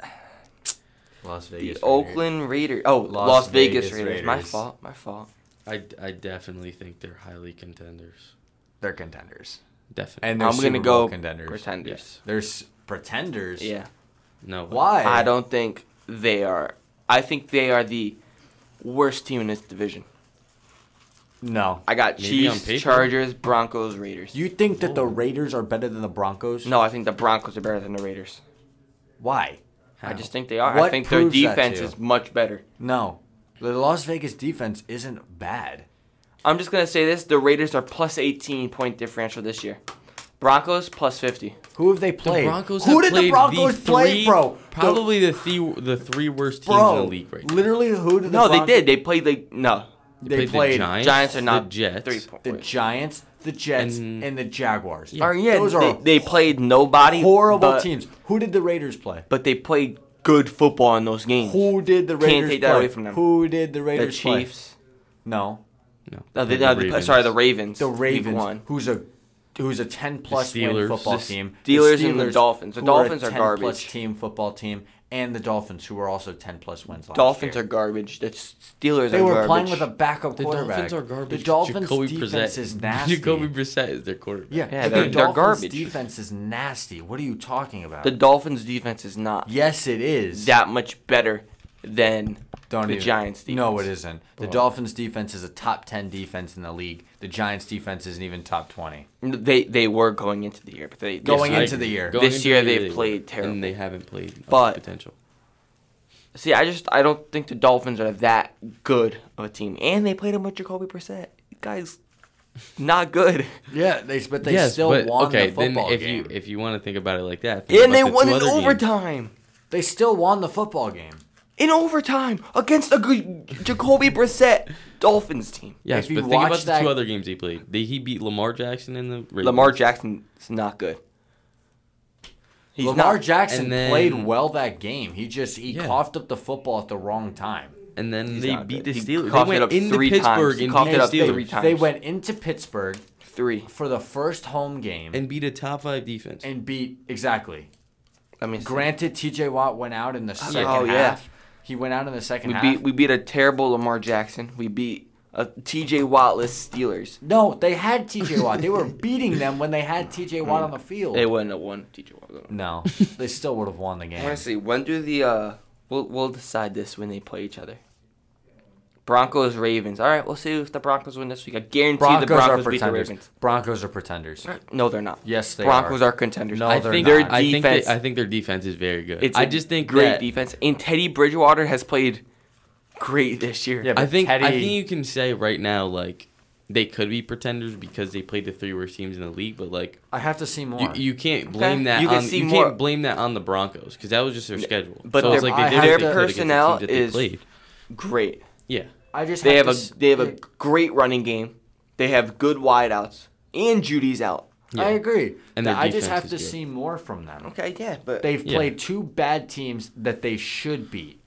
Speaker 2: Las
Speaker 1: The
Speaker 2: Vegas.
Speaker 1: Oakland Raiders. Oh, Las,
Speaker 2: Las
Speaker 1: Vegas,
Speaker 2: Vegas
Speaker 1: Raiders. My
Speaker 2: Raiders.
Speaker 1: fault. My fault.
Speaker 3: I, I definitely think they're highly contenders.
Speaker 2: They're contenders.
Speaker 3: Definitely.
Speaker 2: And they're
Speaker 1: I'm
Speaker 2: Super
Speaker 1: gonna
Speaker 2: Bowl
Speaker 1: go
Speaker 2: contenders.
Speaker 1: pretenders.
Speaker 2: There's pretenders.
Speaker 1: Yeah.
Speaker 3: no. way.
Speaker 2: Why?
Speaker 1: I don't think they are. I think they are the worst team in this division.
Speaker 2: No.
Speaker 1: I got
Speaker 3: Maybe on
Speaker 1: Chiefs,
Speaker 3: paper.
Speaker 1: Chargers, Broncos, Raiders.
Speaker 2: You think that the
Speaker 3: Oh.
Speaker 2: Raiders are better than the Broncos?
Speaker 1: no, I think the Broncos are better than the Raiders.
Speaker 2: Why?
Speaker 3: How?
Speaker 1: I just think they are. I
Speaker 2: What
Speaker 1: think their
Speaker 2: proves that to
Speaker 1: defense
Speaker 2: you?
Speaker 1: is much better.
Speaker 2: No. The Las Vegas defense isn't bad.
Speaker 1: I'm just gonna say this: the Raiders are plus 18 point differential this year. Broncos plus 50.
Speaker 2: Who have they played?
Speaker 3: Broncos
Speaker 2: Who
Speaker 3: have
Speaker 2: did the
Speaker 3: played
Speaker 2: Broncos
Speaker 3: three,
Speaker 2: play, bro? The-
Speaker 3: Probably the three, the three worst teams
Speaker 2: bro.
Speaker 3: in the league right now.
Speaker 2: literally, who did the
Speaker 1: No, they
Speaker 2: Broncos?
Speaker 1: did. They played like no.
Speaker 2: They
Speaker 3: the
Speaker 2: played
Speaker 3: Giants,
Speaker 1: Giants are not
Speaker 3: the Jets.
Speaker 1: three point.
Speaker 2: the Giants, the Jets,
Speaker 3: And-
Speaker 2: and the Jaguars.
Speaker 1: Or, yeah,
Speaker 2: Those
Speaker 1: they,
Speaker 2: are
Speaker 1: they played nobody.
Speaker 2: horrible
Speaker 1: but-
Speaker 2: teams. Who did the Raiders play?
Speaker 1: but they played good football in those games.
Speaker 2: Who did the Raiders
Speaker 1: take that
Speaker 2: play?
Speaker 1: away from them.
Speaker 2: Who did the
Speaker 1: the
Speaker 2: Raiders play?
Speaker 1: Chiefs.
Speaker 2: No,
Speaker 3: No,
Speaker 1: No, they,
Speaker 3: the
Speaker 1: no, the,
Speaker 3: Ravens.
Speaker 1: sorry, the Ravens.
Speaker 2: the
Speaker 1: Week
Speaker 2: Ravens, Oh,
Speaker 1: One.
Speaker 2: who's a who's a ten plus win
Speaker 3: Steelers.
Speaker 2: football
Speaker 3: The
Speaker 2: team.
Speaker 1: Steelers and the Dolphins. The
Speaker 2: who are a
Speaker 1: Dolphins are
Speaker 2: 10 plus
Speaker 1: garbage.
Speaker 2: team football team, and the Dolphins, who were also ten plus wins last
Speaker 1: Dolphins
Speaker 2: year.
Speaker 1: are garbage. The Steelers
Speaker 2: They
Speaker 1: are
Speaker 2: were
Speaker 1: garbage.
Speaker 2: playing with a backup
Speaker 3: The
Speaker 2: quarterback.
Speaker 3: Dolphins are garbage.
Speaker 2: The Dolphins'
Speaker 3: Jacoby
Speaker 2: defense
Speaker 3: Brissett-
Speaker 2: is nasty.
Speaker 3: Jacoby Brissett is their quarterback.
Speaker 2: yeah,
Speaker 1: Yeah,
Speaker 2: but
Speaker 1: they're- they're
Speaker 2: the Dolphins'
Speaker 1: garbage.
Speaker 2: defense is nasty. What are you talking about?
Speaker 1: The Dolphins defense is not
Speaker 2: yes, it is.
Speaker 1: that much better than
Speaker 2: Don't
Speaker 1: the
Speaker 2: even-
Speaker 1: Giants defense.
Speaker 2: No, it isn't. The
Speaker 3: Bro.
Speaker 2: Dolphins' defense is a top ten defense in the league. The Giants' defense isn't even top twenty.
Speaker 1: They they were going into the year, but they
Speaker 2: Going
Speaker 1: this-
Speaker 3: I
Speaker 2: into
Speaker 3: agree.
Speaker 2: the year.
Speaker 1: This
Speaker 3: into
Speaker 1: year
Speaker 3: the
Speaker 1: they
Speaker 3: were,
Speaker 1: played terrible.
Speaker 3: And they haven't played up to
Speaker 1: But-
Speaker 3: potential.
Speaker 1: See, I just I don't think the Dolphins are that good of a team, and they played him with Jacoby Brissett. Guys, not good.
Speaker 2: Yeah, they but they
Speaker 3: yes,
Speaker 2: still
Speaker 3: but
Speaker 2: won
Speaker 3: okay,
Speaker 2: the football
Speaker 3: then if
Speaker 2: game.
Speaker 3: you if you want to think about it like that, think
Speaker 1: and they
Speaker 3: about the
Speaker 1: won
Speaker 3: two
Speaker 1: in
Speaker 3: other games.
Speaker 1: overtime.
Speaker 2: they still won the football game.
Speaker 1: In overtime against a good Jacoby Brissett Dolphins team.
Speaker 3: Yes,
Speaker 2: If you
Speaker 3: but think about
Speaker 2: watch
Speaker 3: the
Speaker 2: that-
Speaker 3: two other games he played. They, he beat Lamar Jackson in the Ravens.
Speaker 1: Lamar Jackson's not good. He's
Speaker 2: Lamar
Speaker 1: not.
Speaker 2: Jackson
Speaker 3: and then-
Speaker 2: played well that game. He just he
Speaker 3: Yeah.
Speaker 2: coughed up the football at the wrong time.
Speaker 3: and then
Speaker 1: He's
Speaker 3: they
Speaker 1: not
Speaker 3: beat
Speaker 1: good. He
Speaker 3: the Steelers.
Speaker 1: coughed
Speaker 3: They
Speaker 1: it
Speaker 3: went
Speaker 1: up
Speaker 3: into
Speaker 1: three times.
Speaker 3: Pittsburgh
Speaker 1: He
Speaker 3: and
Speaker 1: coughed
Speaker 3: beat
Speaker 1: it
Speaker 3: the
Speaker 1: up
Speaker 2: They,
Speaker 1: three
Speaker 3: Steelers
Speaker 1: times.
Speaker 2: they went into Pittsburgh
Speaker 1: three.
Speaker 2: for the first home game and,
Speaker 3: and beat a top five defense.
Speaker 2: beat exactly.
Speaker 1: I mean,
Speaker 2: Granted, T.J. Watt went out in the second
Speaker 1: Oh, yeah.
Speaker 2: half. He went out in the second
Speaker 1: we
Speaker 2: half.
Speaker 1: beat we beat a terrible Lamar Jackson. We beat a T.J. Wattless Steelers.
Speaker 2: no, they had T.J. Watt. They were beating them when they had T.J. Watt on the field.
Speaker 1: They wouldn't have won T.J. Watt.
Speaker 2: no, they still would have won the
Speaker 1: I
Speaker 2: game.
Speaker 1: want to see when do the uh we'll we'll decide this when they play each other. Broncos Ravens. All right, we'll see if the Broncos win this week. I guarantee
Speaker 2: Broncos
Speaker 1: the Broncos
Speaker 2: are
Speaker 1: beat the
Speaker 2: pretenders.
Speaker 1: Ravens.
Speaker 2: Broncos are pretenders.
Speaker 1: No, they're not.
Speaker 2: Yes, they
Speaker 1: Broncos
Speaker 2: are.
Speaker 1: are contenders.
Speaker 2: No,
Speaker 1: I
Speaker 2: they're
Speaker 1: think
Speaker 2: not.
Speaker 1: their
Speaker 3: I think they,
Speaker 1: defense.
Speaker 3: I think their defense is very good.
Speaker 1: it's
Speaker 3: I
Speaker 1: a
Speaker 3: just think
Speaker 1: great
Speaker 3: that,
Speaker 1: defense. And Teddy Bridgewater has played great this year.
Speaker 2: Yeah, but
Speaker 3: I think I
Speaker 2: Teddy-
Speaker 3: think you can say right now like they could be pretenders because they played the three worst teams in the league, but like
Speaker 2: I have to see more.
Speaker 3: you, you can't blame that
Speaker 1: You
Speaker 3: you
Speaker 1: can
Speaker 3: on
Speaker 1: see
Speaker 3: you
Speaker 1: more.
Speaker 3: can't blame that on the Broncos because that was just their schedule.
Speaker 1: but
Speaker 3: so it's
Speaker 1: their-
Speaker 3: like they
Speaker 2: I
Speaker 3: did what
Speaker 2: have
Speaker 3: they
Speaker 2: to-
Speaker 3: could against the teams
Speaker 1: personnel
Speaker 3: that they
Speaker 1: is-
Speaker 3: played.
Speaker 1: Great.
Speaker 3: Yeah.
Speaker 2: I just
Speaker 1: They have
Speaker 2: have
Speaker 1: a
Speaker 2: to s-
Speaker 1: they have a
Speaker 2: it-
Speaker 1: great running game. They have good wideouts. And Judy's out.
Speaker 2: I
Speaker 3: Yeah.
Speaker 2: agree. Th-
Speaker 3: And their
Speaker 2: I just
Speaker 3: defense
Speaker 2: have to
Speaker 3: is good.
Speaker 2: see more from them.
Speaker 1: Okay, yeah, but they
Speaker 2: They've
Speaker 3: Yeah.
Speaker 2: played two bad teams that they should beat.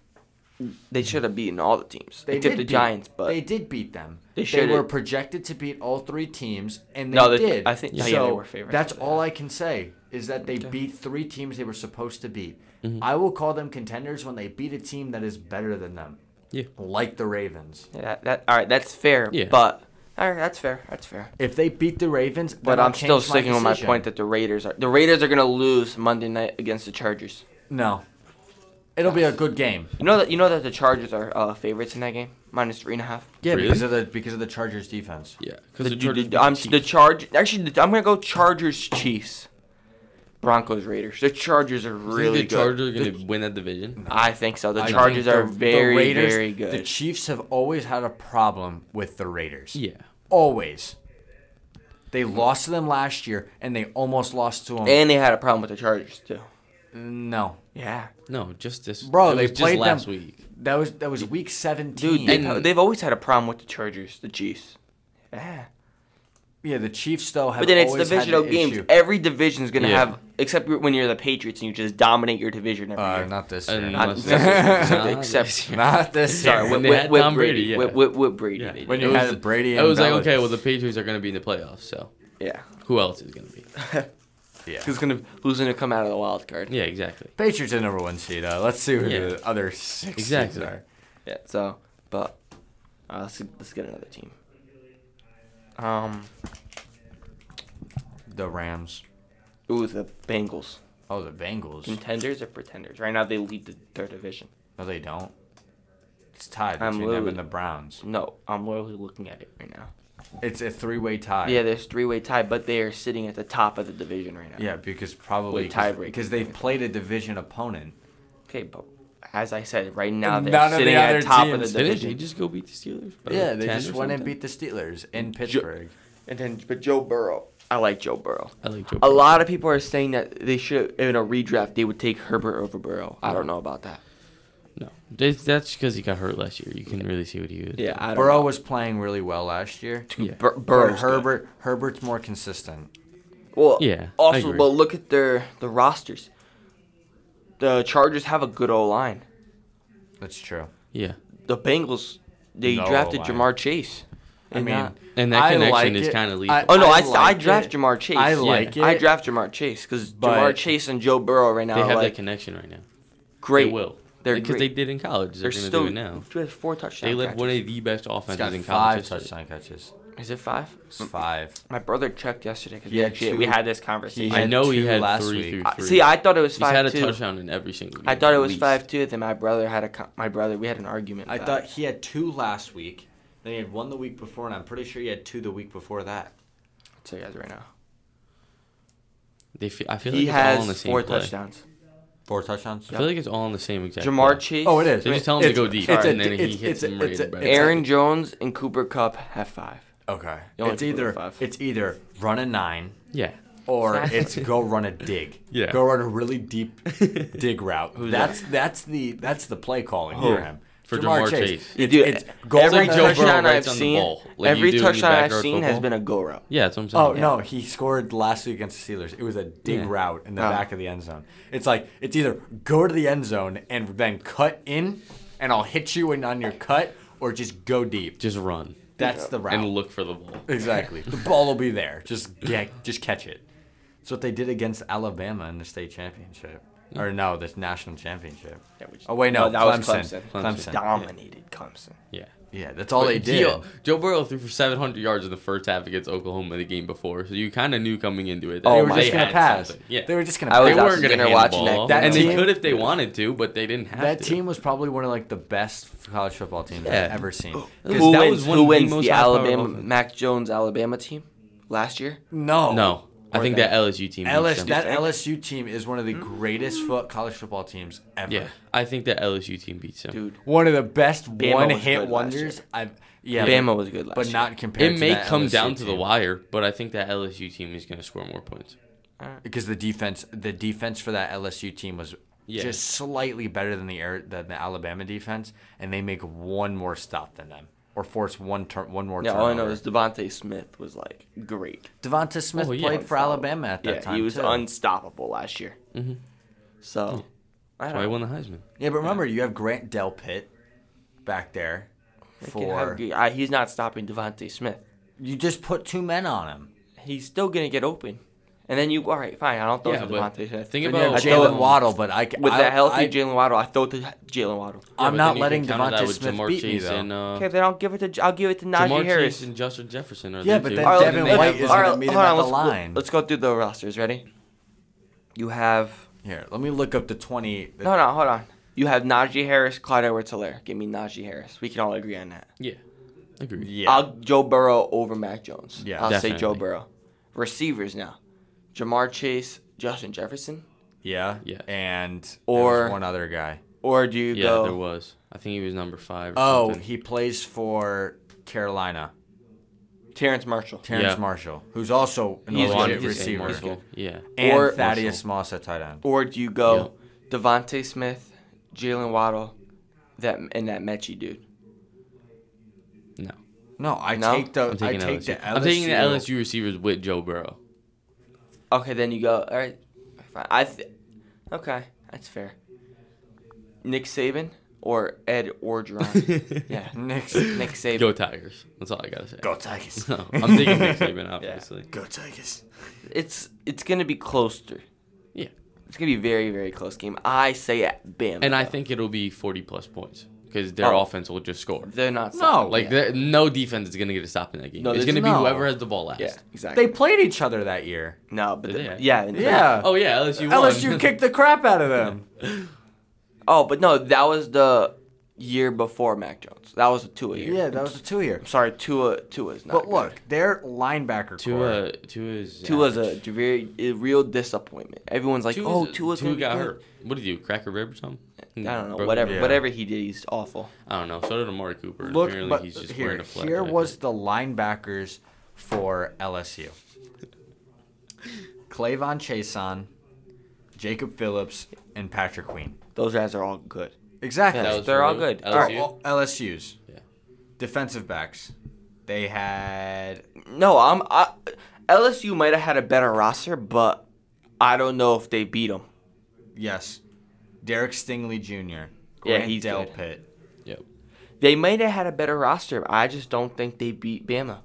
Speaker 1: they should have beaten all the teams.
Speaker 2: They
Speaker 1: They except
Speaker 2: did
Speaker 1: the
Speaker 2: beat-
Speaker 1: Giants, but
Speaker 2: they did beat them.
Speaker 1: They
Speaker 2: They,
Speaker 1: should've-
Speaker 2: were projected to beat all three teams, and they
Speaker 1: No, they-
Speaker 2: did.
Speaker 1: I think- yeah,
Speaker 2: so.
Speaker 1: yeah, they were favored.
Speaker 2: that's
Speaker 1: Yeah.
Speaker 2: all I can say is that they beat three teams they were supposed to beat.
Speaker 1: Mm-hmm.
Speaker 2: I will call them contenders when they beat a team that is better than them.
Speaker 3: Yeah.
Speaker 2: Like the Ravens.
Speaker 1: Yeah, that, that all right. That's fair.
Speaker 3: Yeah.
Speaker 1: But all right, that's fair. That's fair.
Speaker 2: If they beat the Ravens, then
Speaker 1: But
Speaker 2: I'll
Speaker 1: I'm still
Speaker 2: change my
Speaker 1: sticking with my
Speaker 2: decision.
Speaker 1: point that the Raiders are the Raiders are gonna lose Monday night against the Chargers.
Speaker 2: no, it'll be a good game.
Speaker 1: You know that you know that the Chargers are uh, favorites in that game, minus three and a half.
Speaker 2: Yeah,
Speaker 3: Really?
Speaker 2: because of the because of the Chargers defense.
Speaker 3: Yeah.
Speaker 1: The,
Speaker 3: Because
Speaker 1: the,
Speaker 3: Chargers beat
Speaker 1: the, I'm,
Speaker 3: Chiefs.
Speaker 1: the Charge actually the, I'm gonna go Chargers Chiefs, Broncos Raiders. The Chargers are
Speaker 3: You think
Speaker 1: really
Speaker 3: the
Speaker 1: good.
Speaker 3: Chargers are going to win that division.
Speaker 1: I think so. The
Speaker 2: I
Speaker 1: Chargers
Speaker 2: think
Speaker 1: are
Speaker 2: the- the
Speaker 1: very
Speaker 2: Raiders-
Speaker 1: very
Speaker 2: The
Speaker 1: good.
Speaker 2: Chiefs have always had a problem with the Raiders.
Speaker 3: Yeah.
Speaker 2: Always. They lost to them last year, and they almost lost to them.
Speaker 1: and they had a problem with the Chargers too.
Speaker 2: no,
Speaker 1: Yeah,
Speaker 3: No, just this.
Speaker 2: bro,
Speaker 3: it
Speaker 2: they
Speaker 3: was just
Speaker 2: played
Speaker 3: last
Speaker 2: them.
Speaker 3: week.
Speaker 2: That was that was week
Speaker 1: dude,
Speaker 2: seventeen.
Speaker 1: they've,
Speaker 3: And-
Speaker 1: they've always had a problem with the Chargers, the Chiefs. Yeah.
Speaker 2: yeah, the Chiefs though have.
Speaker 1: But then it's
Speaker 2: always had
Speaker 1: divisional
Speaker 2: the
Speaker 1: games.
Speaker 2: issue.
Speaker 1: Every division is going to
Speaker 3: Yeah.
Speaker 1: have, except you're- when you're the Patriots and you just dominate your division every
Speaker 2: Uh,
Speaker 1: year.
Speaker 2: not this year.
Speaker 3: And
Speaker 1: Not-
Speaker 2: Not,
Speaker 3: unless-
Speaker 1: except-
Speaker 3: Nah,
Speaker 1: except-
Speaker 3: this year.
Speaker 2: this year.
Speaker 1: Sorry,
Speaker 3: when
Speaker 1: with,
Speaker 3: they
Speaker 1: with,
Speaker 3: had
Speaker 1: with
Speaker 3: Tom
Speaker 1: Brady.
Speaker 3: Brady, yeah.
Speaker 1: With, with, with Brady.
Speaker 3: Yeah.
Speaker 1: they did.
Speaker 2: when
Speaker 3: It
Speaker 2: you
Speaker 3: was-
Speaker 2: had Brady
Speaker 3: I
Speaker 2: and
Speaker 3: was like,
Speaker 2: Belichick.
Speaker 3: okay, well, the Patriots are going to be in the playoffs, so
Speaker 1: yeah.
Speaker 3: who else is going to be?
Speaker 2: yeah.
Speaker 1: Who's going to who's going to come out of the wild card?
Speaker 3: Yeah, exactly.
Speaker 2: Patriots are number one seed. Uh, let's see who
Speaker 3: Yeah.
Speaker 2: the other six
Speaker 3: Exactly.
Speaker 2: seeds are.
Speaker 1: Yeah, So, but uh, let's let's get another team. Um,
Speaker 2: The Rams.
Speaker 1: ooh, the Bengals.
Speaker 2: Oh, the Bengals.
Speaker 1: Contenders or pretenders? Right now they lead the, their division.
Speaker 2: No, they don't. It's tied
Speaker 1: I'm
Speaker 2: between them
Speaker 1: literally-
Speaker 2: and the Browns.
Speaker 1: No, I'm literally looking at it right now.
Speaker 2: It's a three-way tie.
Speaker 1: Yeah, there's three-way tie, but they are sitting at the top of the division right now.
Speaker 2: Yeah, because probably
Speaker 1: With
Speaker 2: because
Speaker 1: tiebreakers.
Speaker 2: because they've played a division opponent.
Speaker 1: Okay, but as I said, right now
Speaker 2: And
Speaker 1: they're
Speaker 2: none of the
Speaker 1: sitting at
Speaker 2: other
Speaker 1: top of
Speaker 2: teams-
Speaker 1: the
Speaker 3: Didn't they
Speaker 1: division.
Speaker 3: just go beat the Steelers? by, like,
Speaker 2: Yeah, they
Speaker 3: 10
Speaker 2: just
Speaker 3: or
Speaker 2: went and
Speaker 3: something?
Speaker 2: beat the Steelers in Pittsburgh.
Speaker 1: And then, but Joe Burrow, I like Joe Burrow.
Speaker 3: I like Joe
Speaker 1: A
Speaker 3: Burrow.
Speaker 1: lot of people are saying that they should in a redraft they would take Herbert over Burrow. I don't know about that.
Speaker 3: No, That's- that's because he got hurt last year. You can really see what he was.
Speaker 1: Yeah, I don't
Speaker 2: Burrow
Speaker 1: know.
Speaker 2: was playing really well last year.
Speaker 3: Yeah.
Speaker 1: Bur-
Speaker 2: But
Speaker 1: Burrow's Herbert.
Speaker 2: Herbert Herbert's more consistent.
Speaker 1: Well,
Speaker 3: Yeah, I
Speaker 1: Also,
Speaker 3: agree.
Speaker 1: but look at their the rosters. The Chargers have a good O line.
Speaker 2: That's true.
Speaker 3: yeah.
Speaker 1: The Bengals, they
Speaker 2: No
Speaker 1: drafted
Speaker 2: O-line.
Speaker 1: Jamar Chase.
Speaker 2: I
Speaker 1: And
Speaker 2: mean,
Speaker 1: that-
Speaker 3: And that
Speaker 2: I
Speaker 3: connection
Speaker 2: like
Speaker 3: is
Speaker 2: it.
Speaker 3: kinda lethal.
Speaker 1: Oh no! I, s- I
Speaker 2: like
Speaker 1: draft
Speaker 2: it.
Speaker 1: Jamar Chase.
Speaker 2: I like it.
Speaker 1: I draft Jamar Chase because
Speaker 2: But-
Speaker 1: Jamar Chase and Joe Burrow right now.
Speaker 3: They
Speaker 1: are
Speaker 3: have
Speaker 1: like,
Speaker 3: that connection right now.
Speaker 1: great.
Speaker 3: They will.
Speaker 1: They're
Speaker 3: because they
Speaker 1: great.
Speaker 3: did in college.
Speaker 1: They're
Speaker 3: They're, going to
Speaker 1: still
Speaker 3: do it now.
Speaker 1: Just four touchdowns.
Speaker 3: They led one of the best
Speaker 2: He's
Speaker 3: offenses
Speaker 2: got
Speaker 3: in college.
Speaker 2: five
Speaker 3: history.
Speaker 2: touchdown catches.
Speaker 1: Is it five?
Speaker 2: It's five.
Speaker 1: My brother checked yesterday because
Speaker 2: He
Speaker 1: we
Speaker 2: had
Speaker 1: actually we
Speaker 2: two-
Speaker 1: had this
Speaker 2: he
Speaker 1: conversation.
Speaker 3: I
Speaker 2: had
Speaker 3: know he
Speaker 2: two
Speaker 3: had
Speaker 2: last
Speaker 3: three
Speaker 2: week.
Speaker 3: through
Speaker 1: I,
Speaker 3: three.
Speaker 1: see, I thought it was
Speaker 3: He's
Speaker 1: five
Speaker 3: had a
Speaker 1: two.
Speaker 3: touchdown in every single. Game,
Speaker 1: I thought it
Speaker 3: at
Speaker 1: was
Speaker 3: least.
Speaker 1: five two. Then my brother had a co- my brother. We had an argument.
Speaker 2: I
Speaker 1: about
Speaker 2: thought
Speaker 1: it.
Speaker 2: he had two last week. Then he had one the week before, and I'm pretty sure he had two the week before that.
Speaker 1: I'll tell you guys right now.
Speaker 3: They fe- I feel like
Speaker 1: He
Speaker 3: it's all on the
Speaker 1: has
Speaker 3: same
Speaker 1: four
Speaker 3: play.
Speaker 1: touchdowns.
Speaker 2: Four touchdowns.
Speaker 3: I feel like it's all on the same exact.
Speaker 1: Jamar
Speaker 3: play.
Speaker 1: Chase.
Speaker 2: Oh, it is.
Speaker 3: So just tell him to
Speaker 2: It's-
Speaker 3: go deep,
Speaker 2: it's a-
Speaker 3: and then he
Speaker 2: it's- it's
Speaker 3: hits
Speaker 2: a-
Speaker 3: him
Speaker 2: it's
Speaker 3: right
Speaker 2: a-
Speaker 3: in the back.
Speaker 2: it's a-
Speaker 1: Aaron Jones and Cooper Cup have five.
Speaker 2: Okay.
Speaker 1: You only
Speaker 2: It's
Speaker 1: have to put
Speaker 2: either
Speaker 1: up five.
Speaker 2: it's either run a nine
Speaker 3: Yeah.
Speaker 2: or it's go run a dig.
Speaker 3: Yeah.
Speaker 2: Go run a really deep dig route. that's that's the that's the play calling for him.
Speaker 3: Oh, For Jamar Chase.
Speaker 1: You
Speaker 2: It's,
Speaker 1: do
Speaker 2: it's
Speaker 1: e-
Speaker 2: go
Speaker 1: every
Speaker 2: run
Speaker 3: Joe
Speaker 2: a-
Speaker 3: Burrow
Speaker 1: touchdown I've
Speaker 3: writes on the
Speaker 1: seen.
Speaker 3: ball, like you
Speaker 1: Every
Speaker 3: do in the
Speaker 1: touchdown I've
Speaker 3: backyard
Speaker 1: seen has
Speaker 3: football.
Speaker 1: been a go route.
Speaker 3: Yeah, that's what I'm saying.
Speaker 2: Oh no, he scored last week against the Steelers. It was a dig
Speaker 3: Yeah.
Speaker 2: route in the
Speaker 1: Oh.
Speaker 2: back of the end zone. It's like it's either go to the end zone and then cut in, and I'll hit you in on your cut, or just go deep.
Speaker 3: Just run
Speaker 2: That's the route.
Speaker 3: and look for the ball.
Speaker 2: Exactly. the ball will be there. Just get, just catch it. That's what they did against Alabama in the state championship, or no, the national championship.
Speaker 1: Yeah, which-
Speaker 2: Oh wait, no,
Speaker 1: that was Clemson.
Speaker 2: Clemson. Clemson.
Speaker 3: Clemson.
Speaker 1: Dominated Clemson.
Speaker 3: Yeah.
Speaker 2: Yeah, that's
Speaker 1: Oh,
Speaker 2: all they
Speaker 3: But
Speaker 2: did.
Speaker 3: Joe- Joe Burrow threw for 700 yards in the first half against Oklahoma the game before, so you kind of knew coming into it. That
Speaker 1: Oh
Speaker 2: they were
Speaker 1: my
Speaker 2: just
Speaker 1: God.
Speaker 2: gonna
Speaker 3: had
Speaker 2: pass.
Speaker 3: something. Yeah.
Speaker 2: They were just Oh, gonna.
Speaker 1: I was
Speaker 3: They
Speaker 2: pass.
Speaker 1: out
Speaker 3: weren't
Speaker 1: sitting
Speaker 3: gonna
Speaker 1: there
Speaker 3: hand
Speaker 1: watching
Speaker 3: the ball,
Speaker 1: that- that
Speaker 3: and they
Speaker 2: team-
Speaker 3: could if they wanted to, but they didn't have
Speaker 2: That
Speaker 3: to.
Speaker 2: team was probably one of like the best college football teams
Speaker 3: Yeah.
Speaker 2: I've ever seen. 'Cause
Speaker 1: Who
Speaker 3: that
Speaker 1: wins?
Speaker 3: was one
Speaker 1: who
Speaker 3: of the
Speaker 1: wins the,
Speaker 3: most high-powered
Speaker 1: Alabama
Speaker 3: offense.
Speaker 1: Mac Jones Alabama team last year?
Speaker 2: No,
Speaker 3: No, I
Speaker 2: Oh, Or
Speaker 3: think
Speaker 2: that-
Speaker 3: that LSU team. beat
Speaker 2: LS
Speaker 3: them.
Speaker 2: that LSU team is one of the greatest foot college football teams ever.
Speaker 3: yeah, I think that LSU team beats them.
Speaker 1: Dude,
Speaker 2: One of the best
Speaker 1: Bama
Speaker 2: one
Speaker 1: was good
Speaker 2: hit
Speaker 1: last
Speaker 2: wonders
Speaker 1: year.
Speaker 2: I've yeah,
Speaker 1: Bama was good last
Speaker 2: but
Speaker 1: year.
Speaker 2: not compared
Speaker 3: it
Speaker 2: to
Speaker 3: may
Speaker 2: that
Speaker 3: come
Speaker 2: LSU
Speaker 3: down to the
Speaker 2: team.
Speaker 3: wire, but I think that LSU team is going to score more points.
Speaker 2: because the defense the defense for that LSU team was
Speaker 3: Yeah.
Speaker 2: just slightly better than the air than the Alabama defense, and they make one more stop than them or force one turn one more.
Speaker 1: Yeah, all
Speaker 2: turnover.
Speaker 1: I know is Devonte Smith was like great.
Speaker 2: Devonta Smith
Speaker 3: Oh, yeah.
Speaker 2: played for Alabama at that
Speaker 1: Yeah,
Speaker 2: time
Speaker 1: he was
Speaker 2: too.
Speaker 1: unstoppable last year. Mm-hmm. So, I
Speaker 3: That's why he
Speaker 1: don't.
Speaker 3: won the Heisman.
Speaker 2: yeah, but remember you have Grant Delpit back there for
Speaker 1: For... I, he's not stopping Devonte Smith.
Speaker 2: you just put two men on him.
Speaker 1: He's still gonna get open. And then you all right, fine. I don't throw to Devonte Smith.
Speaker 3: think
Speaker 2: Then you have
Speaker 3: about
Speaker 1: I throw
Speaker 2: Jalen
Speaker 1: it-
Speaker 2: Waddle, but I
Speaker 1: With
Speaker 2: I,
Speaker 1: that
Speaker 2: I,
Speaker 1: healthy Jalen Waddle, I throw to Jalen Waddle.
Speaker 2: I'm
Speaker 3: but
Speaker 2: not
Speaker 3: then you
Speaker 2: letting
Speaker 3: can counter that
Speaker 2: Devonta
Speaker 3: with
Speaker 2: Smith
Speaker 3: Jamar
Speaker 2: beat me
Speaker 3: Chase
Speaker 2: though.
Speaker 3: and, uh,
Speaker 1: Okay, if they don't give it to, J- I'll give it to Najee
Speaker 3: Jamar
Speaker 1: Harris.
Speaker 3: Chase and Justin Jefferson are
Speaker 2: Yeah,
Speaker 3: the
Speaker 2: but
Speaker 3: two.
Speaker 2: then
Speaker 1: All right,
Speaker 2: Devin
Speaker 1: let's-
Speaker 2: White is
Speaker 1: all right,
Speaker 2: gonna meet him
Speaker 1: hold
Speaker 2: at
Speaker 1: on,
Speaker 2: the
Speaker 1: let's-
Speaker 2: line.
Speaker 1: Let's go through the rosters. Ready? You have
Speaker 2: Here, let me look up the 28.
Speaker 1: no, no, hold on. You have Najee Harris, Clyde Edwards-Helaire. Give me Najee Harris. We can all agree on that.
Speaker 3: yeah, agreed.
Speaker 2: Yeah.
Speaker 1: I'll Joe Burrow over Mac Jones.
Speaker 2: Yeah.
Speaker 1: I'll say
Speaker 3: Definitely.
Speaker 1: Joe Burrow. Receivers now, Jamar Chase, Justin Jefferson,
Speaker 2: yeah.
Speaker 3: Yeah.
Speaker 2: And there
Speaker 1: Or-
Speaker 2: was one other guy.
Speaker 1: or do you
Speaker 3: Yeah,
Speaker 1: go?
Speaker 3: there was. I think he was number five. Or
Speaker 2: Oh,
Speaker 3: something.
Speaker 2: he plays for Carolina.
Speaker 1: Terrence Marshall.
Speaker 2: Terrence
Speaker 3: Yeah.
Speaker 2: Marshall, who's also an
Speaker 1: He's
Speaker 3: Well,
Speaker 2: elite
Speaker 1: good. He's
Speaker 2: receiver.
Speaker 1: good.
Speaker 3: Marshall. Yeah,
Speaker 2: And
Speaker 1: Or-
Speaker 2: Thaddeus Moss at tight end.
Speaker 1: Or do you go Devonte Smith, Jalen Waddle, that and that Mechie dude?
Speaker 3: no.
Speaker 2: No, I
Speaker 1: No?
Speaker 2: take the
Speaker 3: I'm
Speaker 2: I
Speaker 3: taking
Speaker 2: take
Speaker 3: LSU.
Speaker 2: the LSU.
Speaker 3: I'm taking the LSU receivers with Joe Burrow.
Speaker 1: Okay, then you go. All right, fine. I th- okay, that's fair. Nick Saban or Ed Orgeron? yeah,
Speaker 2: Nick.
Speaker 1: Nick Saban.
Speaker 3: Go Tigers. That's all I gotta say.
Speaker 2: Go Tigers.
Speaker 3: No, I'm taking Nick Saban, obviously.
Speaker 2: Go Tigers.
Speaker 1: It's it's gonna be closer.
Speaker 3: Yeah.
Speaker 1: It's gonna be a very very close game. I say at Bama.
Speaker 3: And I
Speaker 1: though.
Speaker 3: think it'll be 40 plus points because their
Speaker 1: Oh.
Speaker 3: offense will just score.
Speaker 1: they're not. stopping
Speaker 3: Like
Speaker 1: yet.
Speaker 3: there- no defense is gonna get a stop in that game.
Speaker 1: No,
Speaker 3: it's
Speaker 1: there's
Speaker 3: gonna be
Speaker 2: no-
Speaker 3: whoever has the ball last.
Speaker 1: Yeah,
Speaker 2: They
Speaker 1: exactly.
Speaker 2: played each other that year.
Speaker 1: no, but
Speaker 3: Did
Speaker 1: the-
Speaker 3: they?
Speaker 1: yeah,
Speaker 2: Yeah.
Speaker 3: Oh yeah, LSU won.
Speaker 2: LSU kicked the crap out of them.
Speaker 1: Oh, but no, that was the year before Mac Jones. That was a Tua year.
Speaker 2: yeah, that was a two year.
Speaker 1: I'm sorry, Tua Tua's not.
Speaker 2: But
Speaker 1: good.
Speaker 2: look, their linebacker core.
Speaker 3: Tua, Tua's
Speaker 1: Tua's a
Speaker 3: average.
Speaker 1: very a real disappointment. Everyone's like,
Speaker 3: Tua's-
Speaker 1: "Oh, Tua's
Speaker 3: Tua
Speaker 1: gonna be
Speaker 3: got
Speaker 1: good."
Speaker 3: hurt. What did he do? Crack a rib or something?
Speaker 1: I don't know.
Speaker 3: Broke-
Speaker 1: Whatever,
Speaker 2: Yeah.
Speaker 1: whatever he did, he's awful.
Speaker 3: I don't know. So did Amari Cooper.
Speaker 2: Look,
Speaker 3: Apparently
Speaker 2: but
Speaker 3: he's just
Speaker 2: here,
Speaker 3: wearing a flat.
Speaker 2: here
Speaker 3: jacket.
Speaker 2: was the linebackers for LSU. Clavon Chason, Jacob Phillips, and Patrick Queen.
Speaker 1: Those guys are all good.
Speaker 2: Exactly.
Speaker 1: Yeah,
Speaker 3: That was
Speaker 1: they're all
Speaker 3: who?
Speaker 1: good.
Speaker 2: All right,
Speaker 3: LSU?
Speaker 2: well, LSU's
Speaker 3: Yeah.
Speaker 2: defensive backs. They had
Speaker 1: No, I'm I, LSU might have had a better roster, but I don't know if they beat them.
Speaker 2: yes, Derek Stingley Jr.
Speaker 1: Yeah,
Speaker 2: Grant
Speaker 1: he's good.
Speaker 2: Delpit.
Speaker 3: Yep.
Speaker 1: They might have had a better roster. But I just don't think they beat Bama.